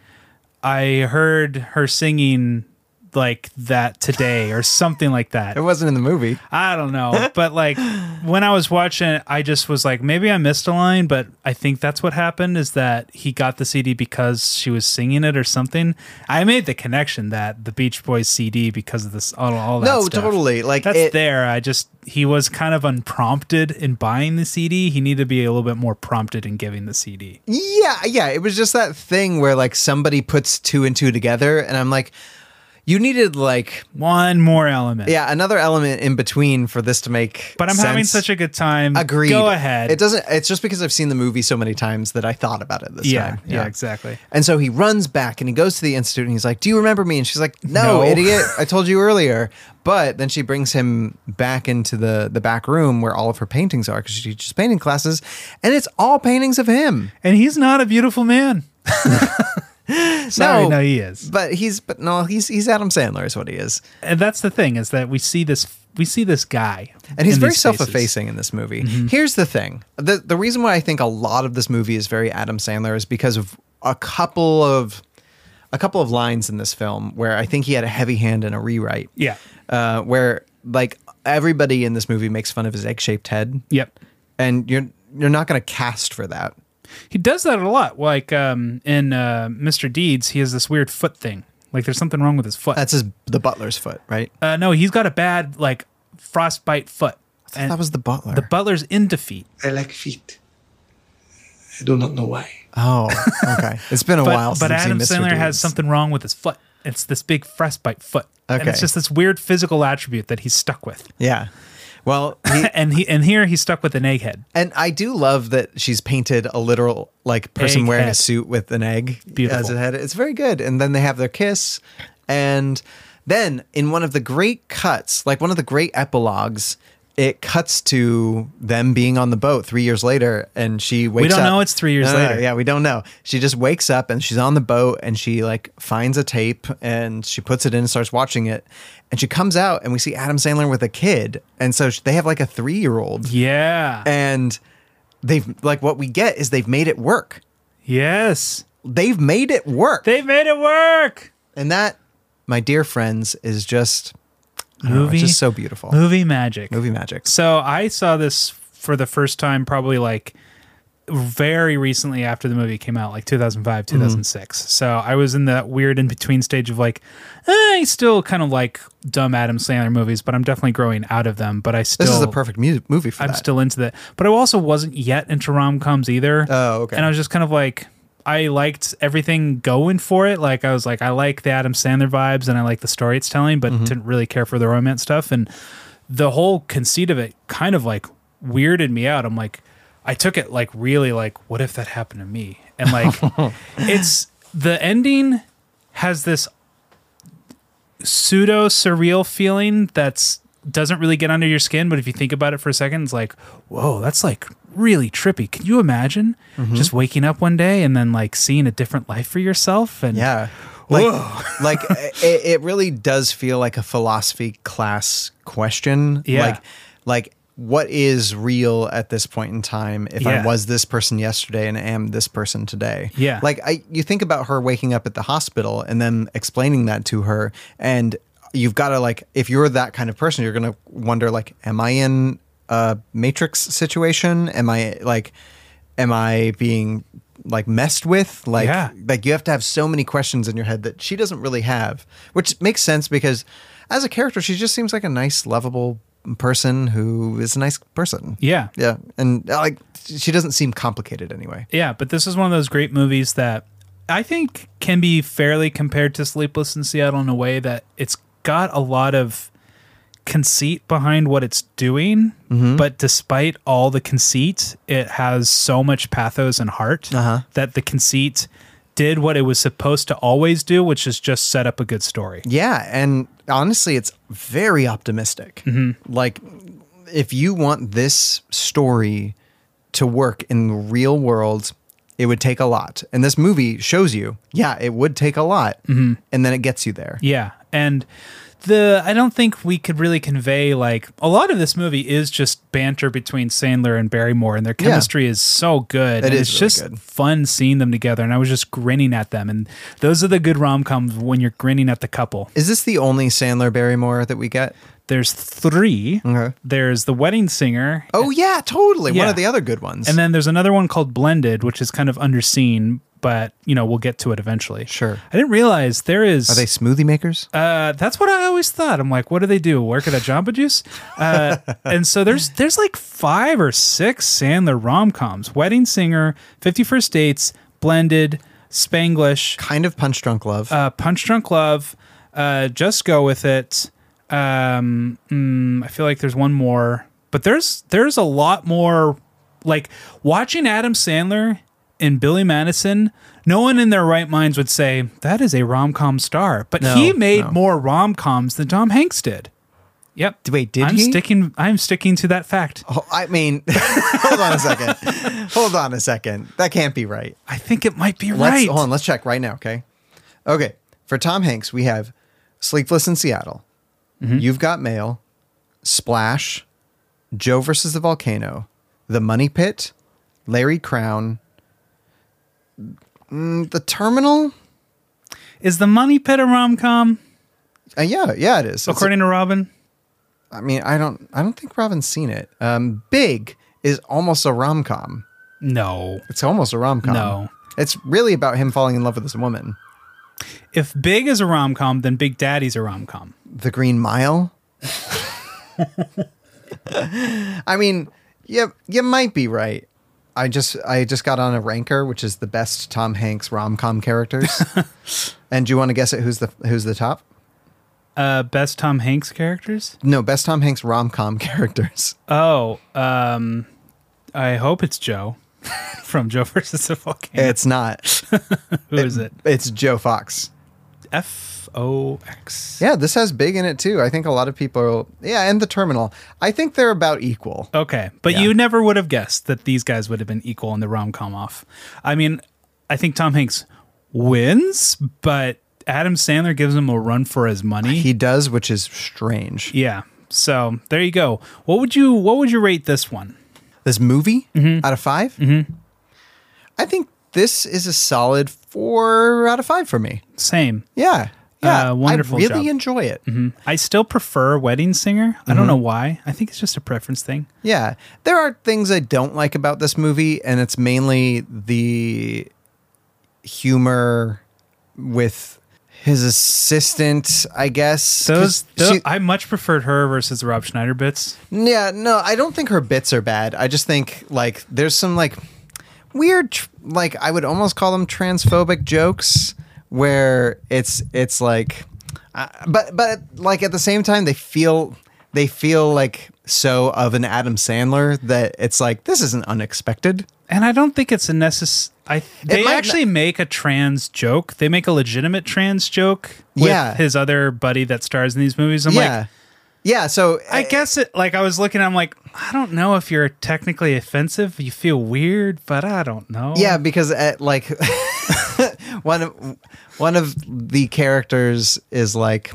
"I heard her singing like that today" or something like that. It wasn't in the movie. I don't know, but like when I was watching, it, I just was like, maybe I missed a line, but I think that's what happened is that he got the CD because she was singing it or something. I made the connection that the Beach Boys CD because of this all, all that. No, stuff. totally. Like, that's it- there. I just he was kind of unprompted in buying the CD. He needed to be a little bit more prompted in giving the CD. Yeah, yeah. It was just that thing where like somebody puts two and two together, and I'm like, you needed like One more element. yeah another element in between for this to make. But I'm having sense. such a good time. agreed. Go ahead. It doesn't. It's just because I've seen the movie so many times that I thought about it this Yeah, time. yeah, exactly. And so he runs back and he goes to the institute and he's like, "Do you remember me?" And she's like, "No, No. idiot! I told you earlier." But then she brings him back into the the back room where all of her paintings are because she teaches painting classes, and it's all paintings of him. And he's not a beautiful man. Sorry, no, he is. But he's but no, he's he's Adam Sandler is what he is, and that's the thing is that we see this we see this guy and he's in very these faces. Mm-hmm. self-effacing in this movie. Here's the thing: the the reason why I think a lot of this movie is very Adam Sandler is because of a couple of a couple of lines in this film where I think he had a heavy hand in a rewrite. Yeah. uh, where like everybody in this movie makes fun of his egg-shaped head. Yep, and you're you're not going to cast for that. he does that a lot. Like um, in uh, Mr. Deeds, he has this weird foot thing. Like there's something wrong with his foot. That's his the butler's foot, right? uh, no, he's got a bad like frostbite foot. And that was the butler. the butler's in defeat. I like feet. I do not know why. oh, okay. It's been a But, while. but since Adam I've seen Mr. Sandler has Deeds. something wrong with his foot. It's this big frostbite foot. And Okay. it's just this weird physical attribute that he's stuck with. Yeah. Well, he, And he and here he's stuck with an egghead. and I do love that she's painted a literal like person Egg wearing a head. suit with an egg Beautiful. as a head. It's very good. And then they have their kiss, and then in one of the great cuts, like one of the great epilogues, it cuts to them being on the boat three years later, and she wakes. don't up- know it's three years No, no, no, later. yeah, we don't know. She just wakes up and she's on the boat, and she like finds a tape and she puts it in and starts watching it. And she comes out, and we see Adam Sandler with a kid, and so sh- they have like a three-year-old Yeah. and they've like what we get is they've made it work. yes. They've made it work. They made it work. and that, my dear friends, is just I don't know, Movie it's just so beautiful. Movie magic. Movie magic. So I saw this for the first time probably like very recently after the movie came out, like 2005, Mm-hmm. 2006. So I was in that weird in between stage of like, eh, I still kind of like dumb Adam Sandler movies, but I'm definitely growing out of them. But I still. This is the perfect mu- movie for I'm that. still into that. But I also wasn't yet into rom coms either. Oh, okay. And I was just kind of like, I liked everything going for it. Like I was like, I like the Adam Sandler vibes and I like the story it's telling, Mm-hmm. but didn't really care for the romance stuff. And the whole conceit of it kind of like weirded me out. I'm like, I took it like really like, what if that happened to me? And like, it's the ending has this pseudo surreal feeling that's doesn't really get under your skin, but if you think about it for a second, it's like, whoa, that's like really trippy. Can you imagine just waking up one day and then like seeing a different life for yourself? And Yeah. Like, like it, it really does feel like a philosophy class question. Yeah. Like, like what is real at this point in time? If Yeah. I was this person yesterday and am this person today. Yeah. Like I, you think about her waking up at the hospital and them explaining that to her and you've got to like, if you're that kind of person, you're going to wonder like, am I in a matrix situation? Am I like, am I being like messed with? Like, Yeah. like you have to have so many questions in your head that she doesn't really have, which makes sense because as a character, she just seems like a nice, lovable person who is a nice person. Yeah. Yeah. And uh, like she doesn't seem complicated anyway. Yeah, but this is one of those great movies that I think can be fairly compared to Sleepless in Seattle in a way that it's got a lot of conceit behind what it's doing, but despite all the conceit, it has so much pathos and heart that the conceit did what it was supposed to always do, which is just set up a good story. Yeah, and honestly, it's very optimistic. Like, if you want this story to work in the real world, it would take a lot. And this movie shows you, yeah, it would take a lot, and then it gets you there. Yeah, and the I don't think we could really convey like a lot of this movie is just banter between Sandler and Barrymore, and their Yeah. chemistry is so good. It and is it's really just good. fun seeing them together, and I was just grinning at them. And those are the good rom coms when you're grinning at the couple. Is this the only Sandler Barrymore that we get? There's 3 Okay. There's the wedding singer. Oh yeah, totally. One Yeah. of the other good ones. And then there's another one called Blended, which is kind of underseen, but you know we'll get to it eventually. Sure. I didn't realize there is. are they smoothie makers? Uh, that's what I always thought. I'm like, what do they do? Work at a Jamba Juice? Uh, and so there's there's like five or six Sandler rom coms: Wedding Singer, Fifty First Dates, Blended, Spanglish, kind of punch drunk love. uh, Punch Drunk Love, uh, Just Go with It. Um, mm, I feel like there's one more, but there's there's a lot more. Like watching Adam Sandler and Billy Madison, no one in their right minds would say that is a rom com star. But he made more rom coms than Tom Hanks did. Yep. Wait, did I'm he? sticking. I'm sticking to that fact. Oh, I mean, hold on a second. hold on a second. That can't be right. I think it might be Let's right. hold on. Let's check right now. Okay. Okay. For Tom Hanks, we have Sleepless in Seattle. Mm-hmm. You've got Mail, Splash, Joe versus the Volcano, The Money Pit, Larry Crown, mm, The Terminal. Is the Money Pit a rom com Uh, yeah, yeah, it is. It's- according to Robin? I mean, I don't, I don't think Robin's seen it. Um, Big is almost a rom com. No. It's almost a rom com. No. It's really about him falling in love with this woman. If Big is a rom com, then Big Daddy's a rom com. The Green Mile. I mean, yeah, you might be right. I just I just got on a ranker, which is the best Tom Hanks rom com characters. and do you want to guess it? Who's the who's the top? Uh, best Tom Hanks characters? No, best Tom Hanks rom com characters. Oh, um, I hope it's Joe from Joe versus the Volcano. It's not. Who is it? It's Joe Fox. F O X. Yeah, this has big in it too. I think a lot of people. Yeah, and the Terminal. I think they're about equal. Okay, but you never would have guessed that these guys would have been equal in the rom com off. I mean, I think Tom Hanks wins, but Adam Sandler gives him a run for his money. He does, which is strange. yeah. So there you go. What would you What would you rate this one? this movie Mm-hmm. out of 5 I think this is a solid four out of five for me. Same. Yeah. Yeah, uh, wonderful I really job. Mm-hmm. enjoy it. I still prefer Wedding Singer. I don't know Mm-hmm. why. I think it's just a preference thing. Yeah, there are things I don't like about this movie, and it's mainly the humor with his assistant, I guess. Those, 'Cause tho- she- I much preferred her versus the Rob Schneider bits. yeah, no, I don't think her bits are bad. I just think like there's some like weird, tr- like I would almost call them transphobic jokes where it's it's like, uh, but but like at the same time they feel they feel like so of an Adam Sandler that it's like this isn't unexpected. And I don't think it's a necess. I they might actually make a trans joke. They make a legitimate trans joke with Yeah. his other buddy that stars in these movies. I'm yeah. like, yeah, so I guess it. Like I was looking, I'm like, I don't know if you're technically offensive. You feel weird, but I don't know. Yeah, because at like one of one of the characters is like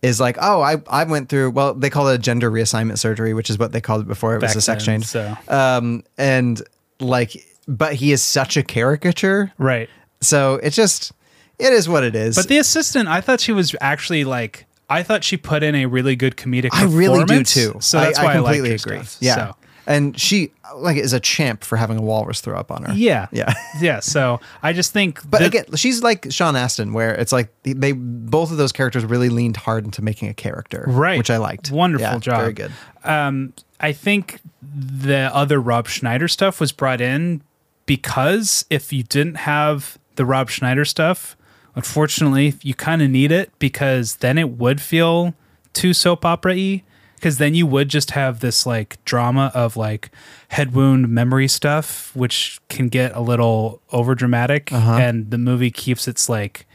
is like, oh, I, I went through well, they call it a gender reassignment surgery, which is what they called it before it was Back a sex then, change. so. Um and like but he is such a caricature. right. So it just it is what it is. But the assistant, I thought she was actually like, I thought she put in a really good comedic. I really do performance, too. So that's I, why I I, like completely her agree. stuff. yeah. So. And she like is a champ for having a walrus throw up on her. Yeah. Yeah. Yeah. So I just think, But thi- again, she's like Sean Astin, where it's like they, they both of those characters really leaned hard into making a character, Right. Which I liked. Wonderful Yeah, job. very good. um, I think the other Rob Schneider stuff was brought in because if you didn't have the Rob Schneider stuff, unfortunately, you kind of need it because then it would feel too soap opera y. Because then you would just have this like drama of like head wound memory stuff, which can get a little over dramatic. And the movie keeps its like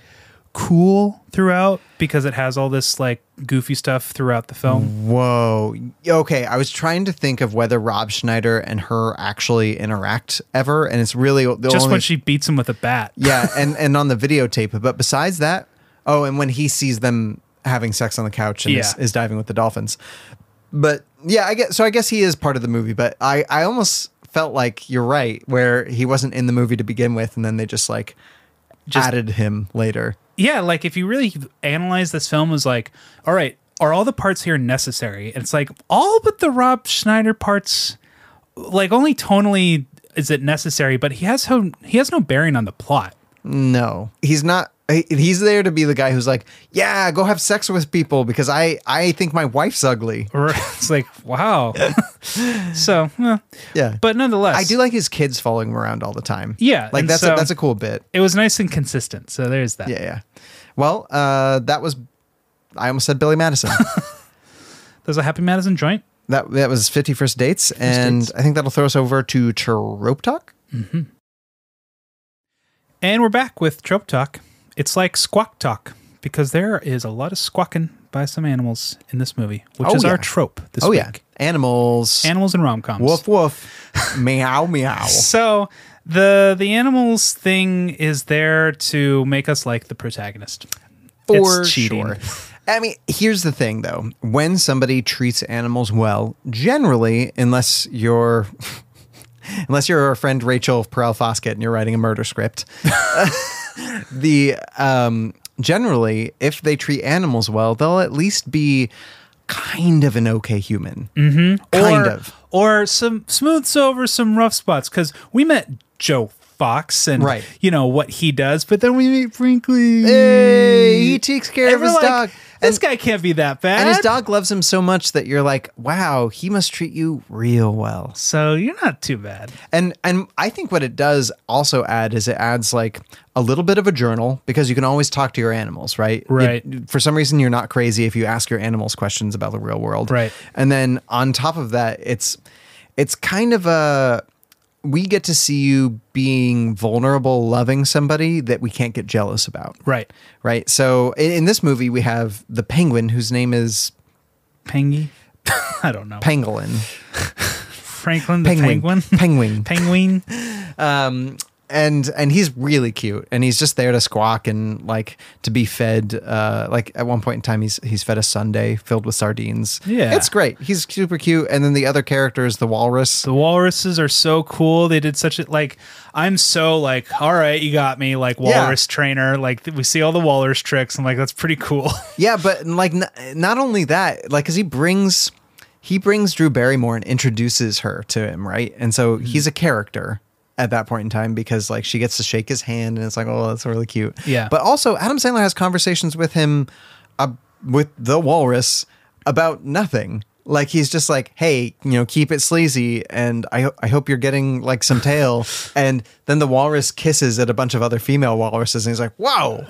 cool throughout because it has all this like goofy stuff throughout the film. Mm. Whoa. Okay, I was trying to think of whether Rob Schneider and her actually interact ever, and it's really the just only when she beats him with a bat. yeah, and and on the videotape. But besides that, oh, and when he sees them having sex on the couch and is, Yeah. is diving with the dolphins. But yeah, I guess so. I guess he is part of the movie, but I I almost felt like you're right, where he wasn't in the movie to begin with, and then they just like Just- added him later. Yeah, like if you really analyze this film, is like, all right, are all the parts here necessary? And it's like all but the Rob Schneider parts, like only tonally is it necessary, but he has no, he has no bearing on the plot. No, he's not. he- He's there to be the guy who's like, yeah, go have sex with people because I I think my wife's ugly. Or it's like wow. so, eh. Yeah, but nonetheless, I do like his kids following him around all the time. Yeah, like and that's so- a, that's a cool bit. It was nice and consistent. So there's that. Yeah, yeah. Well, uh, that was. I almost said Billy Madison. There's a Happy Madison joint. that that was Fifty First Dates, and I think that'll throw us over to Trope Talk. And we're back with Trope Talk. It's like Squawk Talk because there is a lot of squawking by some animals in this movie, which Oh, is yeah. our trope this Oh week. yeah, animals. Animals and rom coms. woof woof. meow meow. So the the animals thing is there to make us like the protagonist. For It's cheating. sure. I mean, here's the thing though. When somebody treats animals well, generally, unless you're unless you're our friend Rachel Perel Foskett and you're writing a murder script, the um, generally, if they treat animals well, they'll at least be kind of an okay human. Mm-hmm. Kind or, of. Or some smooths over some rough spots because we met Joe Fox and Right. you know what he does, but then we meet Brinkley. Hey, he takes care And of we're his like, dog. This And- guy can't be that bad. and his dog loves him so much that you're like, wow, he must treat you real well. So you're not too bad. And and I think what it does also add is it adds like a little bit of a journal because you can always talk to your animals, right? You- Right. for some reason, you're not crazy if you ask your animals questions about the real world, Right. And then on top of that, it's it's kind of a we get to see you being vulnerable, loving somebody that we can't get jealous about, Right. Right. So in, in this movie, we have the penguin whose name is Pengy? I don't know. Pangolin. Franklin the Penguin. penguin? Penguin. Penguin. um, and and he's really cute and he's just there to squawk and like to be fed uh like at one point in time he's he's fed a sundae filled with sardines Yeah. it's great he's super cute and then the other character is the walrus The walruses are so cool. They did such a like. I'm so like, all right, you got me. Like Yeah. walrus trainer. Like th- we see all the walrus tricks. I'm like, that's pretty cool. yeah but like n- not only that like because he brings he brings drew barrymore and introduces her to him right and so Mm-hmm. he's a character at that point in time because like she gets to shake his hand and it's like oh that's really cute Yeah. but also adam sandler has conversations with him uh, with the walrus about nothing like he's just like hey you know keep it sleazy and I, ho- I hope you're getting like some tail and then the walrus kisses at a bunch of other female walruses and he's like wow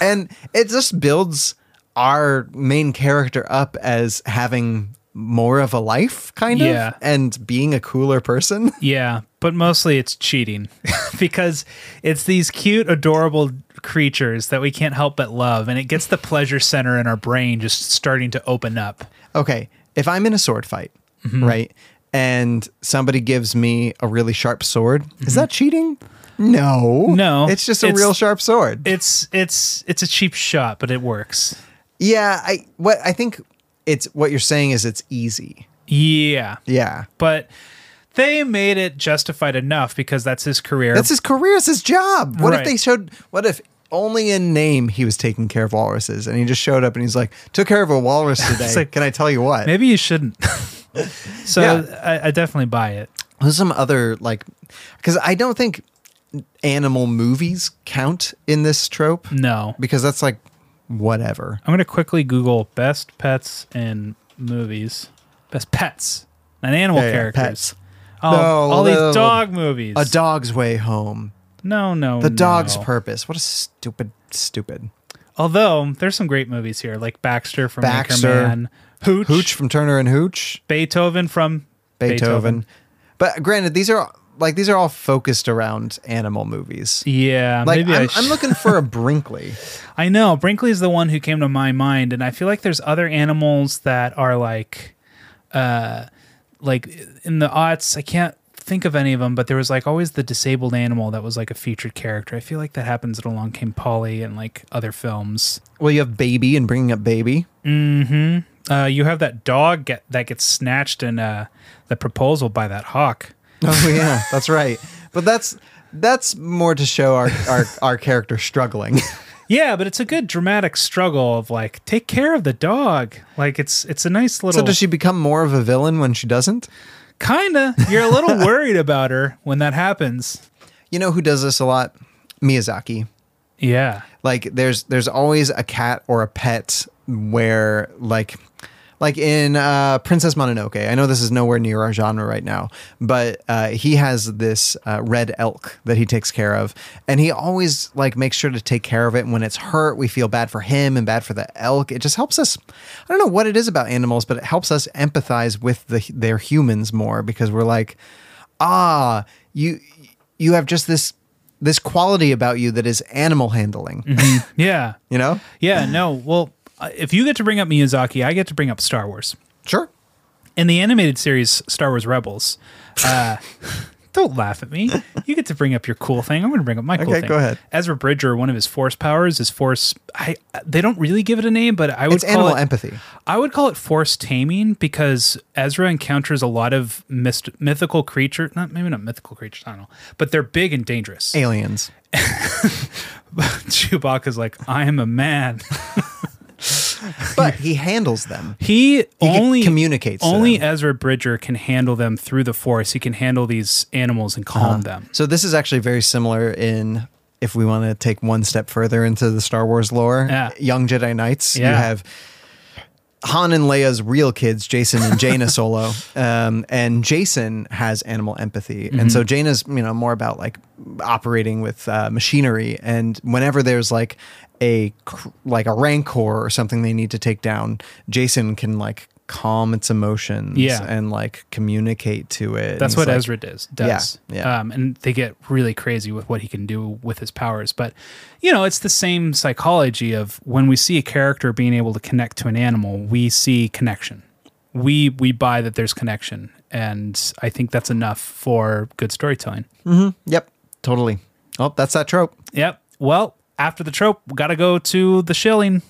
and it just builds our main character up as having more of a life kind Yeah. of and being a cooler person Yeah, but mostly it's cheating because it's these cute, adorable creatures that we can't help but love, and it gets the pleasure center in our brain just starting to open up. okay, if I'm in a sword fight, Mm-hmm. right, and somebody gives me a really sharp sword, is that cheating? No, Mm-hmm. No, it's just a it's- real sharp sword. It's it's it's a cheap shot, but it works. yeah, I what I think it's what you're saying is it's easy. Yeah, Yeah, but they made it justified enough because that's his career. that's his career, it's his job. What Right. if they showed? What if? Only in name, he was taking care of walruses, and he just showed up and he's like, "Took care of a walrus today." like, Can I tell you what? Maybe you shouldn't. so Yeah. I, I definitely buy it. There's some other like, because I don't think animal movies count in this trope. No, because that's like whatever. I'm gonna quickly Google best pets in movies. Best pets, not animal Yeah, yeah, characters. pets. Oh, No, all no. these dog movies. A dog's way home. no, no, The dog's Oh, no. purpose. What a stupid, stupid Although there's some great movies here, like Baxter from Baxter. Wicker Man, Hooch, hooch from Turner and Hooch, Beethoven from Beethoven. But granted, these are like these are all focused around animal movies. Yeah, Like maybe I'm, I, I sh- am looking for a Brinkley. I know Brinkley is the one who came to my mind, and I feel like there's other animals that are like, uh, like in the aughts. I can't think of any of them, but there was like always the disabled animal that was like a featured character. I feel like that happens in Along Came Polly and like other films. well, you have Baby and bringing up Baby. Uh, you have that dog get, that gets snatched in uh, the proposal by that hawk. Oh yeah, that's right. But that's that's more to show our our, our character struggling. Yeah, but it's a good dramatic struggle of like take care of the dog. Like it's it's a nice little. so does she become more of a villain when she doesn't? Kinda. You're a little worried about her when that happens. You know who does this a lot? Miyazaki. Yeah. like there's there's always a cat or a pet where like like in uh, Princess Mononoke, I know this is nowhere near our genre right now, but uh, he has this uh, red elk that he takes care of, and he always like makes sure to take care of it. And when it's hurt, we feel bad for him and bad for the elk. It just helps us. I don't know what it is about animals, but it helps us empathize with the their humans more because we're like, ah, you you have just this this quality about you that is animal handling. Yeah. you know? Yeah. No. Well, uh, if you get to bring up Miyazaki, I get to bring up Star Wars. Sure. In the animated series Star Wars Rebels, uh, don't laugh at me. You get to bring up your cool thing. I'm going to bring up my cool Okay, thing. go ahead. Ezra Bridger, one of his force powers is force. I they don't really give it a name, but I would It's call animal it, empathy. I would call it force taming because Ezra encounters a lot of myst- mythical creature. Not maybe not mythical creatures. I don't know, but they're big and dangerous. Aliens. Chewbacca's like, I am a man. But he handles them. He, only communicates to Only them. Ezra Bridger can handle them through the Force. He can handle these animals and calm Uh-huh. them. So this is actually very similar in if we want to take one step further into the Star Wars lore. Yeah. Young Jedi Knights. You Yeah. have Han and Leia's real kids, Jason and Jaina Solo. Um, and Jason has animal empathy. And Mm-hmm. so Jaina's, you know, more about like operating with uh, machinery. And whenever there's like a, cr- like a rancor or something they need to take down, Jason can like calm its emotions Yeah. and like communicate to it. That's And it's what like- Ezra does. does. Yeah, yeah. Um, and they get really crazy with what he can do with his powers. But, you know, it's the same psychology of when we see a character being able to connect to an animal, we see connection. We, we buy that there's connection. And I think that's enough for good storytelling. Yep. Totally. Oh, that's that trope. Yep. Well, after the trope, we gotta go to the shilling.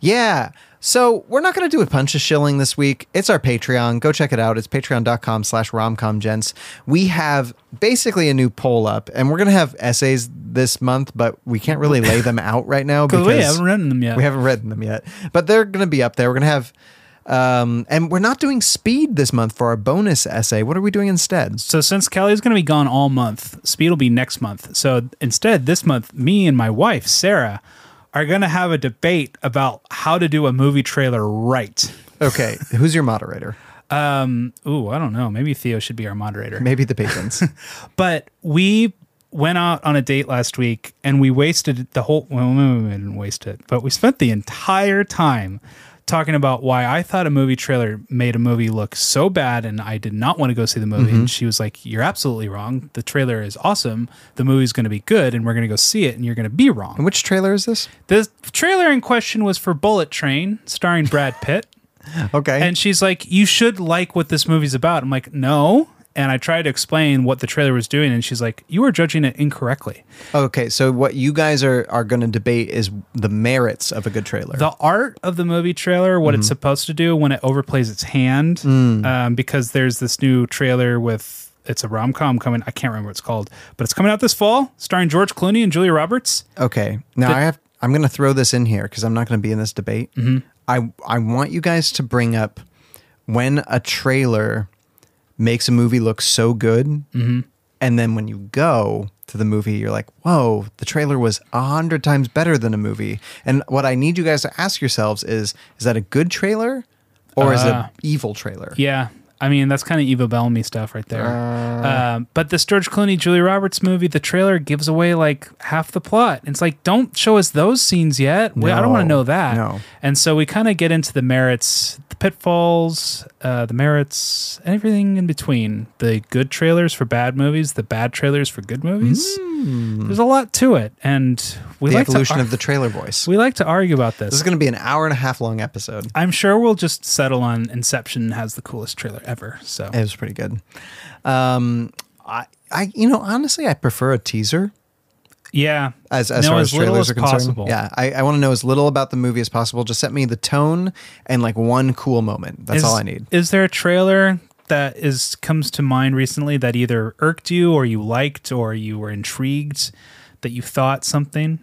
Yeah. So we're not going to do a punch of shilling this week. It's our Patreon. Go check it out. It's patreon.com slash romcomgents. We have basically a new poll up, and we're going to have essays this month, but we can't really lay them out right now because we haven't written them yet. We haven't read them yet. But they're going to be up there. We're going to have, um, and we're not doing speed this month for our bonus essay. What are we doing instead? So since Kelly's going to be gone all month, Speed will be next month. So instead, this month, me and my wife Sarah are going to have a debate about how to do a movie trailer right. Okay. Who's your moderator? Ooh, I don't know. Maybe Theo should be our moderator. Maybe the patrons. But we went out on a date last week and we wasted the whole well, we didn't waste it, but we spent the entire time talking about why I thought a movie trailer made a movie look so bad and I did not want to go see the movie. And she was like, You're absolutely wrong. The trailer is awesome. The movie's gonna be good and we're gonna go see it and you're gonna be wrong. Which trailer is this? The trailer in question was for Bullet Train, starring Brad Pitt. Okay. And she's like, "You should like what this movie's about." I'm like, "No." And I tried to explain what the trailer was doing, and she's like, "You are judging it incorrectly. Okay, so what you guys are are going to debate is the merits of a good trailer. The art of the movie trailer, what it's supposed to do when it overplays its hand, um, because there's this new trailer with." It's a rom com coming. I can't remember what it's called, but it's coming out this fall, starring George Clooney and Julia Roberts. okay, now I have I'm going to throw this in here because I'm not going to be in this debate. Mm-hmm. I I want you guys to bring up when a trailer makes a movie look so good, Mm-hmm. and then when you go to the movie, you're like, whoa, the trailer was a hundred times better than a movie. And what I need you guys to ask yourselves is, is that a good trailer or is it an evil trailer? Uh, Yeah. I mean, that's kind of Eva Bellamy stuff right there. um, but this George Clooney, Julia Roberts movie, the trailer gives away like half the plot. It's like, don't show us those scenes yet. We- I don't want to No, know that. no. And so we kind of get into the merits, the pitfalls, uh, the merits, and everything in between. The good trailers for bad movies, the bad trailers for good movies. There's a lot to it. And we, Hmm. The like to, evolution ar- of the trailer voice. we like to argue about this. This is going to be an hour and a half long episode. I'm sure we'll just settle on Inception has the coolest trailer ever. So It was pretty good. Um, I, I, you know, honestly, I prefer a teaser Yeah, as as No, far as, little trailers are concerned. Possible. Yeah, I, I want to know as little about the movie as possible. Just set me the tone and like one cool moment. That's Is- all I need. Is there a trailer that is comes to mind recently that either irked you or you liked or you were intrigued that you thought something?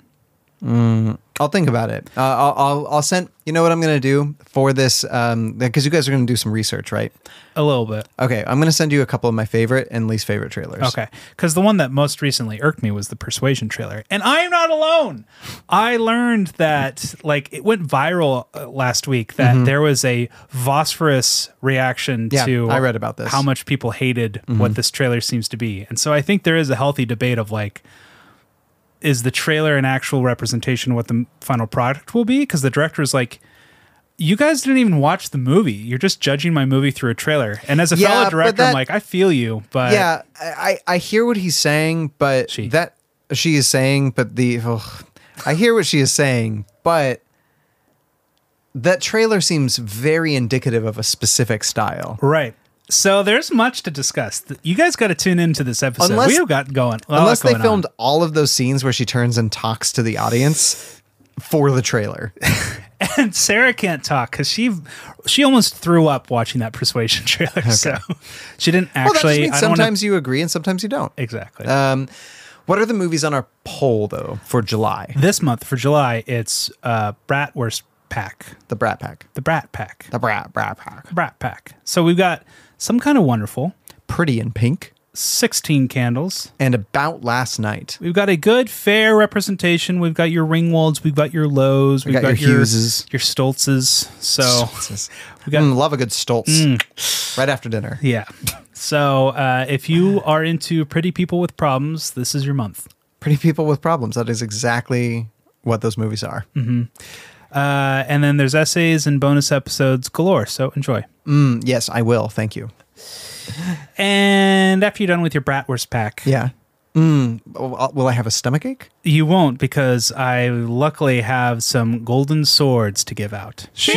I'll think about it. Uh, I'll, I'll I'll send. You know what I'm gonna do for this? Um, because you guys are gonna do some research, right? A little bit. Okay, I'm gonna send you a couple of my favorite and least favorite trailers. Okay, because the one that most recently irked me was the Persuasion trailer, and I am not alone. I learned that like it went viral uh, last week that there was a Vosphorus reaction Mm-hmm. Yeah, to I read about this. Mm-hmm. how much people hated what this trailer seems to be, and so I think there is a healthy debate of like. Is the trailer an actual representation of what the m- final product will be? Because the director is like, you guys didn't even watch the movie. You're just judging my movie through a trailer. And as a Yeah, fellow but director, I'm that- like, I feel you, but yeah, I, I I hear what he's saying, but She. that she is saying, but the ugh. I hear what she is saying, but that trailer seems very indicative of a specific style. Right. So there's much to discuss. Th- You guys got to tune into this episode. Unless- We've got going. a lot Unless they going on. filmed all of those scenes where she turns and talks to the audience for the trailer. and Sarah can't talk because she she almost threw up watching that persuasion trailer. So she didn't well, that just actually. means I don't wanna- sometimes you agree and sometimes you don't. exactly. Um, what are the movies on our poll though for July? this month for July, it's uh, Bratwurst Pack, The Brat Pack. the Brat Pack, The Brat Brat Pack. Brat Pack. So we've got some kind of wonderful Pretty in Pink. 16 candles. And About Last Night. We've got a good, fair representation. We've got your Ringwalds, we've got your Lows, we've got your Hugheses. your Stoltzes. So we got Mm. Mm, love a good Stoltz right after dinner. Yeah. So uh, if you are into pretty people with problems, this is your month. Pretty people with problems. That is exactly what those movies are. Mm. Uh, and then there's essays and bonus episodes galore. So enjoy. Mm, Yes, I will. Thank you. And after you're done with your Bratwurst pack, Yeah. Mm, will I have a stomach ache? you won't because I luckily have some golden swords to give out.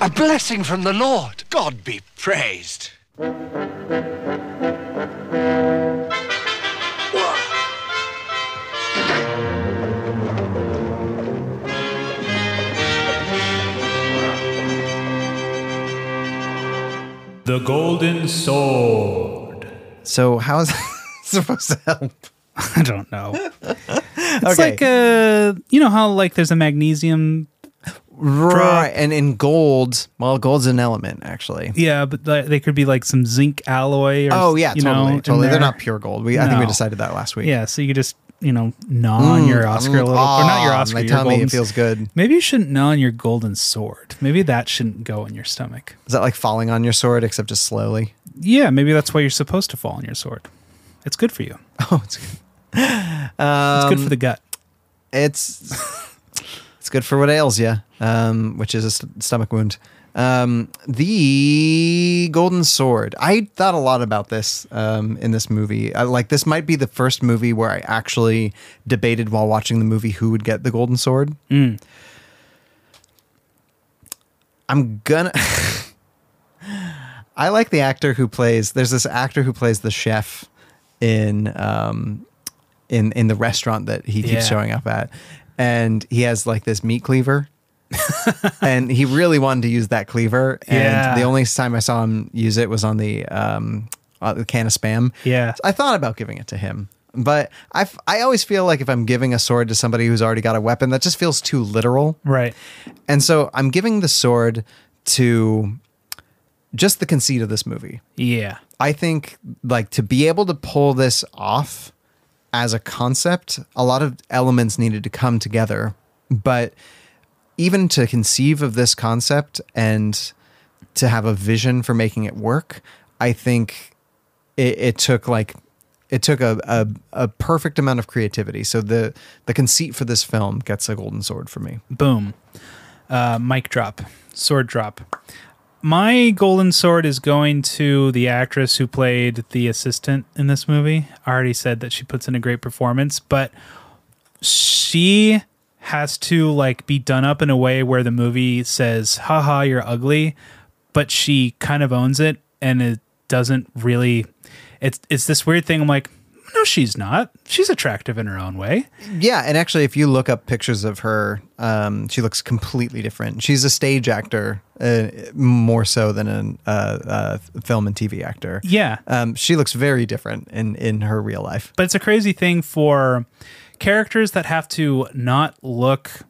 A blessing from the Lord. God be praised. The golden soul. So how is that supposed to help? I don't know. It's like uh you know how like there's a magnesium Right, and in gold, well, gold's an element actually. yeah, but th- they could be like some zinc alloy or Oh yeah, you know, totally, in totally. They're there. not pure gold. We I think we No. decided that last week. Yeah, so you could just, you know, gnaw on Mm, your Oscar a mm, little or not your ah, Oscar. my your tummy, it golden- feels good. Maybe you shouldn't gnaw on your golden sword. Maybe that shouldn't go in your stomach. Is that like falling on your sword except just slowly? Yeah, maybe that's why you're supposed to fall on your sword. It's good for you. Oh, it's good. Um, it's good for the gut. It's it's good for what ails you, um, which is a st- stomach wound. Um, the golden sword. I thought a lot about this um, in this movie. I, like this might be the first movie where I actually debated while watching the movie who would get the golden sword. Mm. I'm gonna. I like the actor who plays. There's this actor who plays the chef in um, in in the restaurant that he keeps Yeah. showing up at, and he has like this meat cleaver, and he really wanted to use that cleaver. And Yeah. the only time I saw him use it was on the um, uh, the can of spam. Yeah. I thought about giving it to him, but I f- I always feel like if I'm giving a sword to somebody who's already got a weapon, that just feels too literal. Right. And so I'm giving the sword to just the conceit of this movie. Yeah. I think like to be able to pull this off as a concept, a lot of elements needed to come together. But even to conceive of this concept and to have a vision for making it work, I think it, it took like it took a, a a perfect amount of creativity. So the the conceit for this film gets a golden sword for me. Boom. Uh, mic drop. Sword drop. My golden sword is going to the actress who played the assistant in this movie. I already said that she puts in a great performance, but she has to like be done up in a way where the movie says, haha, you're ugly, but she kind of owns it and it doesn't really it's it's this weird thing I'm like, no, she's not. She's attractive in her own way. Yeah, and actually, if you look up pictures of her, um, she looks completely different. She's a stage actor uh, more so than a uh, uh, film and TV actor. Yeah. um, she looks very different in in her real life. but it's a crazy thing for characters that have to not look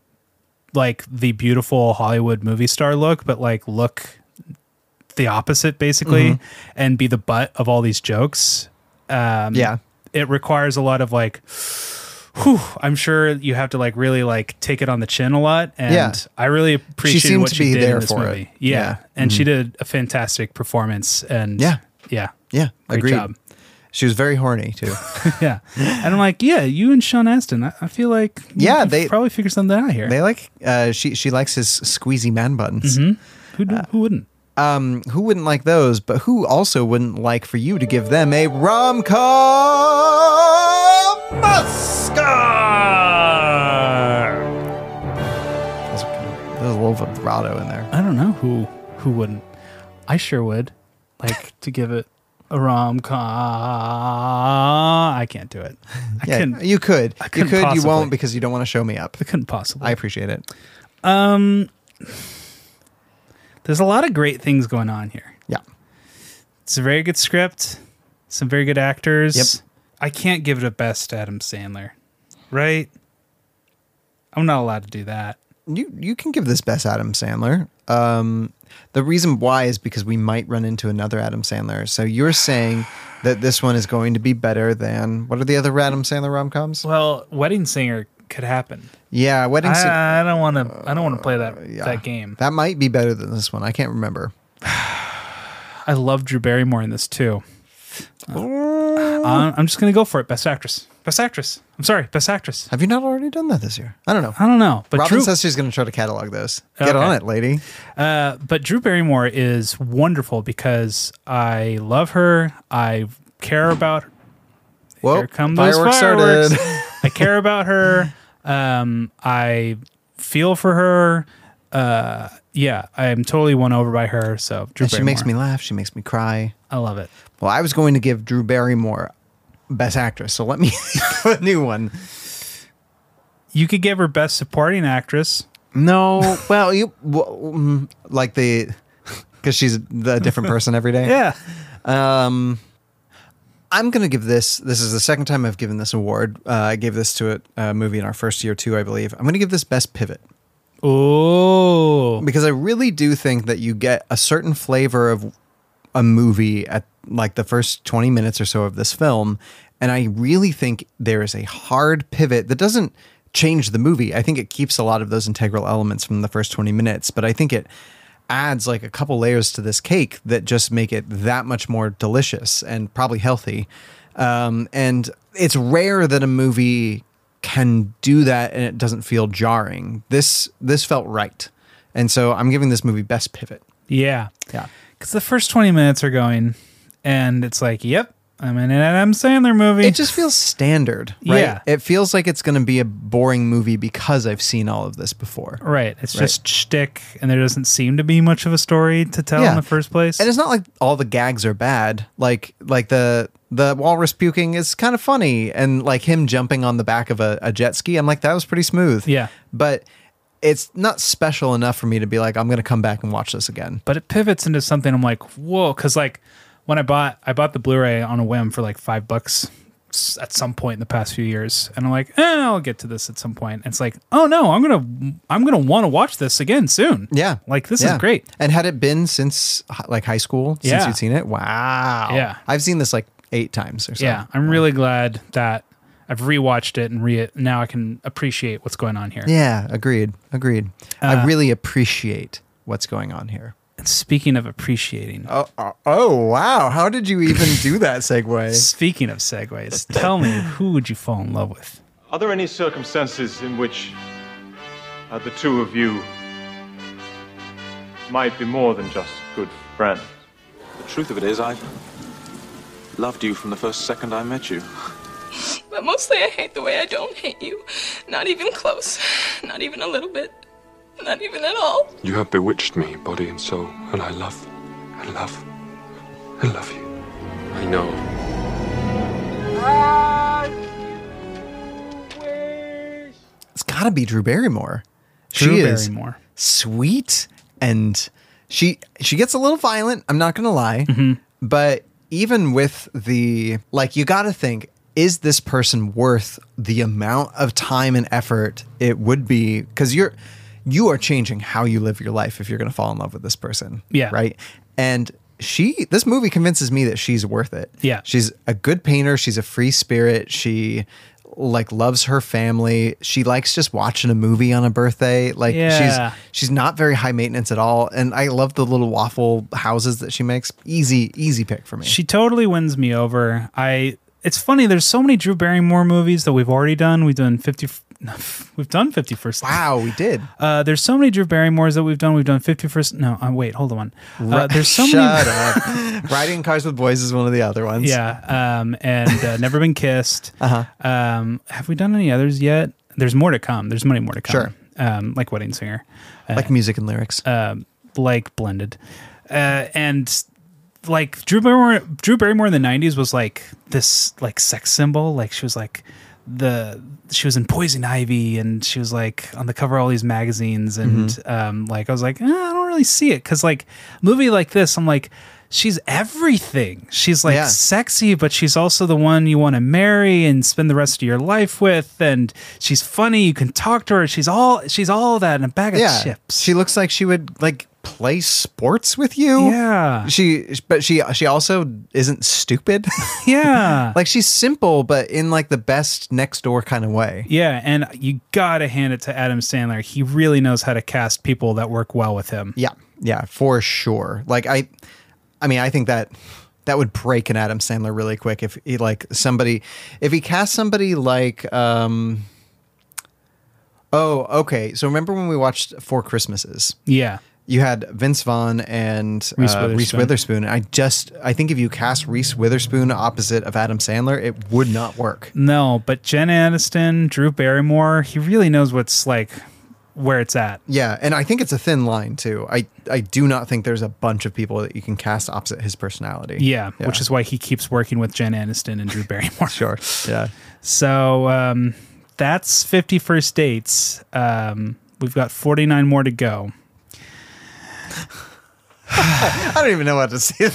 like the beautiful Hollywood movie star look, but like look the opposite basically Mhm. and be the butt of all these jokes. Um, Yeah. It requires a lot of like, whew, I'm sure you have to like really like take it on the chin a lot. And Yeah. I really appreciate seemed what to she be did there in this for it. movie. Yeah. Yeah. And she Mhm. did a fantastic performance. And Yeah. yeah. Yeah, Great agreed. job. She was very horny too. yeah. And I'm like, yeah, you and Sean Astin, I, I feel like you Yeah, could they- probably figure something out here. they like uh, she she likes his squeezy man buttons. Mhm. who, do- who wouldn't? Um, who wouldn't like those? But who also wouldn't like for you to give them a rom com Oscar? There's there's a little vibrato in there. I don't know who who wouldn't. I sure would like to give it a rom com. I can't do it. I Yeah, couldn't. you could, I you couldn't could, you possibly. won't because you don't want to show me up. I couldn't possibly. I appreciate it. um, there's a lot of great things going on here. Yeah, It's a very good script, some very good actors. Yep. I can't give it a best Adam Sandler, right? I'm not allowed to do that. you you can give this best Adam Sandler. Um, the reason why is because we might run into another Adam Sandler. So you're saying that this one is going to be better than what are the other Adam Sandler rom coms? Well, wedding singer could happen. Yeah, Wedding. Singer- I, I don't want to. I don't want to play Uh, that that game. That might be better than this one. I can't remember. I love Drew Barrymore in this too. Uh, I'm I'm just gonna go for it. Best actress. Best actress. I'm sorry. Best actress. Have you not already done that this year? I don't know. I don't know, but Robin Drew. says she's going to try to catalog those. Get Okay. on it, lady. Uh, but Drew Barrymore is wonderful because I love her. I care about. Whoa, Here come those Oh, fireworks fireworks. started. I care about her. Um, I feel for her. Uh, yeah, I'm totally won over by her. So Drew And she makes me Barrymore. laugh. She makes me cry. I love it. Well, I was going to give Drew Barrymore Best Actress, so let me give a new one. You could give her best supporting actress. No, well, you well, mm, like the because she's a different person every day. Yeah. Um, I'm going to give this. This is the second time I've given this award. Uh, I gave this to a, a movie in our first year too, I believe. I'm going to give this best pivot. Oh, because I really do think that you get a certain flavor of a movie at like the first 20 minutes or so of this film. And I really think there is a hard pivot that doesn't change the movie. I think it keeps a lot of those integral elements from the first 20 minutes, but I think it adds like a couple layers to this cake that just make it that much more delicious and probably healthy. Um, and it's rare that a movie can do that and it doesn't feel jarring. This this felt right. And so I'm giving this movie best pivot. Yeah. Yeah. Because the first 20 minutes are going, and it's like, yep, I'm in an Adam Sandler movie. It just feels standard, right? Yeah. It feels like it's going to be a boring movie because I've seen all of this before. Right. It's just shtick, and there doesn't seem to be much of a story to tell in the first place. And it's not like all the gags are bad. Like like the the walrus puking is kind of funny, and like him jumping on the back of a, a jet ski. I'm like that was pretty smooth. Yeah. but it's not special enough for me to be like I'm going to come back and watch this again. but it pivots into something I'm like, whoa, because like when I bought I bought the Blu-ray on a whim for like five bucks s- at some point in the past few years, and I'm like, eh, I'll get to this at some point. And it's like, oh no, I'm gonna I'm gonna want to watch this again soon. Yeah, like this Yeah. is great. And had it been since hi- like high school since Yeah. you'd seen it, wow. Yeah. I've seen this like eight times or so. Yeah, I'm really glad that I've rewatched it and re now I can appreciate what's going on here. Yeah, agreed. Agreed. Uh, I really appreciate what's going on here. And speaking of appreciating, Oh, oh, oh, wow. How did you even do that segue? speaking of segues, tell me who would you fall in love with? Are there any circumstances in which uh, the two of you might be more than just good friends? The truth of it is, I loved you from the first second I met you. But mostly I hate the way I don't hate you. Not even close. Not even a little bit. Not even at all. You have bewitched me, body and soul, and I love, I love, I love you. I know. It's got to be Drew Barrymore. Drew she is Barrymore. sweet and she she gets a little violent, I'm not going to lie. Mm-hmm. But even with the like you got to think is this person worth the amount of time and effort it would be cuz you're you are changing how you live your life if you're going to fall in love with this person. Yeah. Right? And she this movie convinces me that she's worth it. Yeah. She's a good painter. She's a free spirit. She like loves her family. She likes just watching a movie on a birthday. Like Yeah. she's she's not very high maintenance at all. And I love the little waffle houses that she makes. Easy, easy pick for me. She totally wins me over. I. It's funny. There's so many Drew Barrymore movies that we've already done. We've done fifty. f- We've done Fifty First. Wow, we did. Uh, there's so many Drew Barrymores that we've done. We've done Fifty First. No, uh, wait, hold on. Uh, Ri- there's so Shut many. up. Riding in Cars with Boys is one of the other ones. Yeah. Um, and uh, Never Been Kissed. Uh-huh. Um, have we done any others yet? There's more to come. There's many more to come. Sure. Um, like Wedding Singer. Uh, Like music and lyrics. Um, like Blended. Uh, and like Drew Barrymore, Drew Barrymore in the 90s was like this like sex symbol. Like she was like the she was in Poison Ivy and she was like on the cover of all these magazines and Mm-hmm. um like I was like eh, I don't really see it cuz like movie like this I'm like she's everything. She's like Yeah. sexy but she's also the one you want to marry and spend the rest of your life with and she's funny, you can talk to her. She's all she's all that in a bag of yeah. chips. She looks like she would like play sports with you. Yeah. She but she she also isn't stupid. Yeah. like she's simple but in like the best next door kind of way. Yeah, and you gotta hand it to Adam Sandler. He really knows how to cast people that work well with him. Yeah. Yeah, for sure. Like I I mean, I think that that would break an Adam Sandler really quick if he like somebody if he cast somebody like um Oh, okay. So remember when we watched Four Christmases? Yeah. You had Vince Vaughn and Reese uh, Reese Witherspoon. Witherspoon. I just, I think if you cast Reese Witherspoon opposite of Adam Sandler, it would not work. No, but Jen Aniston, Drew Barrymore, he really knows what's like where it's at. Yeah, and I think it's a thin line too. I I do not think there's a bunch of people that you can cast opposite his personality. Yeah, which is why he keeps working with Jen Aniston and Drew Barrymore. sure. Yeah. So um, that's 51st Dates. Um, we've got 49 more to go. I don't even know what to say.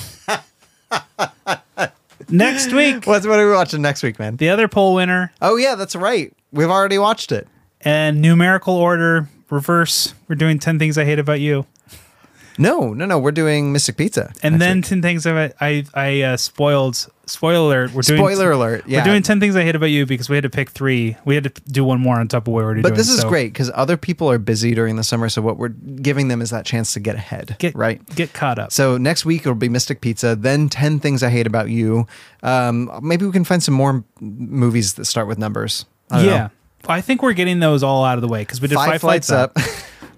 next week. What's what are we watching next week, man? The other poll winner. Oh yeah, that's right. We've already watched it. And numerical order reverse. We're doing ten things I hate about you, No, no, no. We're doing Mystic Pizza. and then ten things I I, I uh, spoiled. Spoiler alert. We're doing Spoiler alert, yeah. We're doing ten things I hate about you because we had to pick three. We had to do one more on top of what we're already But doing. this is so great because other people are busy during the summer. So what we're giving them is that chance to get ahead, get, right? Get caught up. So next week it'll be Mystic Pizza, then Ten Things I Hate About You. Um, maybe we can find some more m- movies that start with numbers. I don't yeah, know. I think we're getting those all out of the way because we did Five five, Flights up.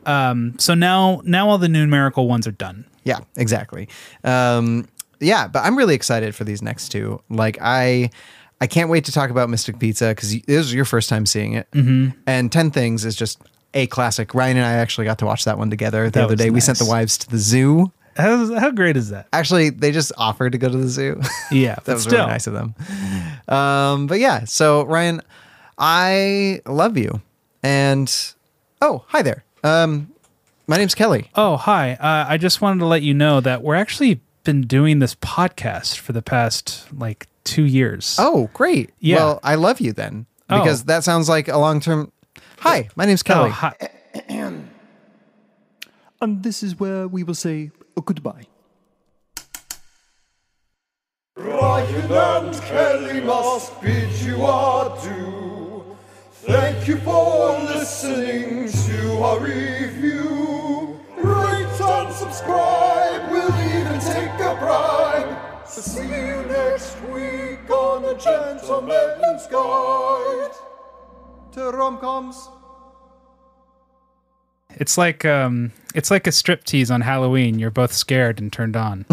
um, so now now all the numerical ones are done. Yeah, exactly. Um, yeah, but I'm really excited for these next two. Like I, I can't wait to talk about Mystic Pizza because this is your first time seeing it, Mhm. and Ten Things is just a classic. Ryan and I actually got to watch that one together the That other was day. We sent the nice. wives to the zoo. How, how great is that? Actually, they just offered to go to the zoo. Yeah, that but was still. really nice of them. Um, but yeah, so Ryan, I love you, and oh, hi there. Um, my name's Kelly. Oh, hi. Uh, I just wanted to let you know that we're actually been doing this podcast for the past like two years. Oh, great. Yeah. Well, I love you then Oh. because that sounds like a long term. Hi, my name's Kelly. Oh, hi. And this is where we will say goodbye. Ryan and Kelly must bid you adieu. Thank you for listening to our review. Rate and subscribe, we'll even take a bribe. See you next week on A Gentleman's Guide to Rom-Coms. It's like um, it's like a strip tease on Halloween. You're both scared and turned on.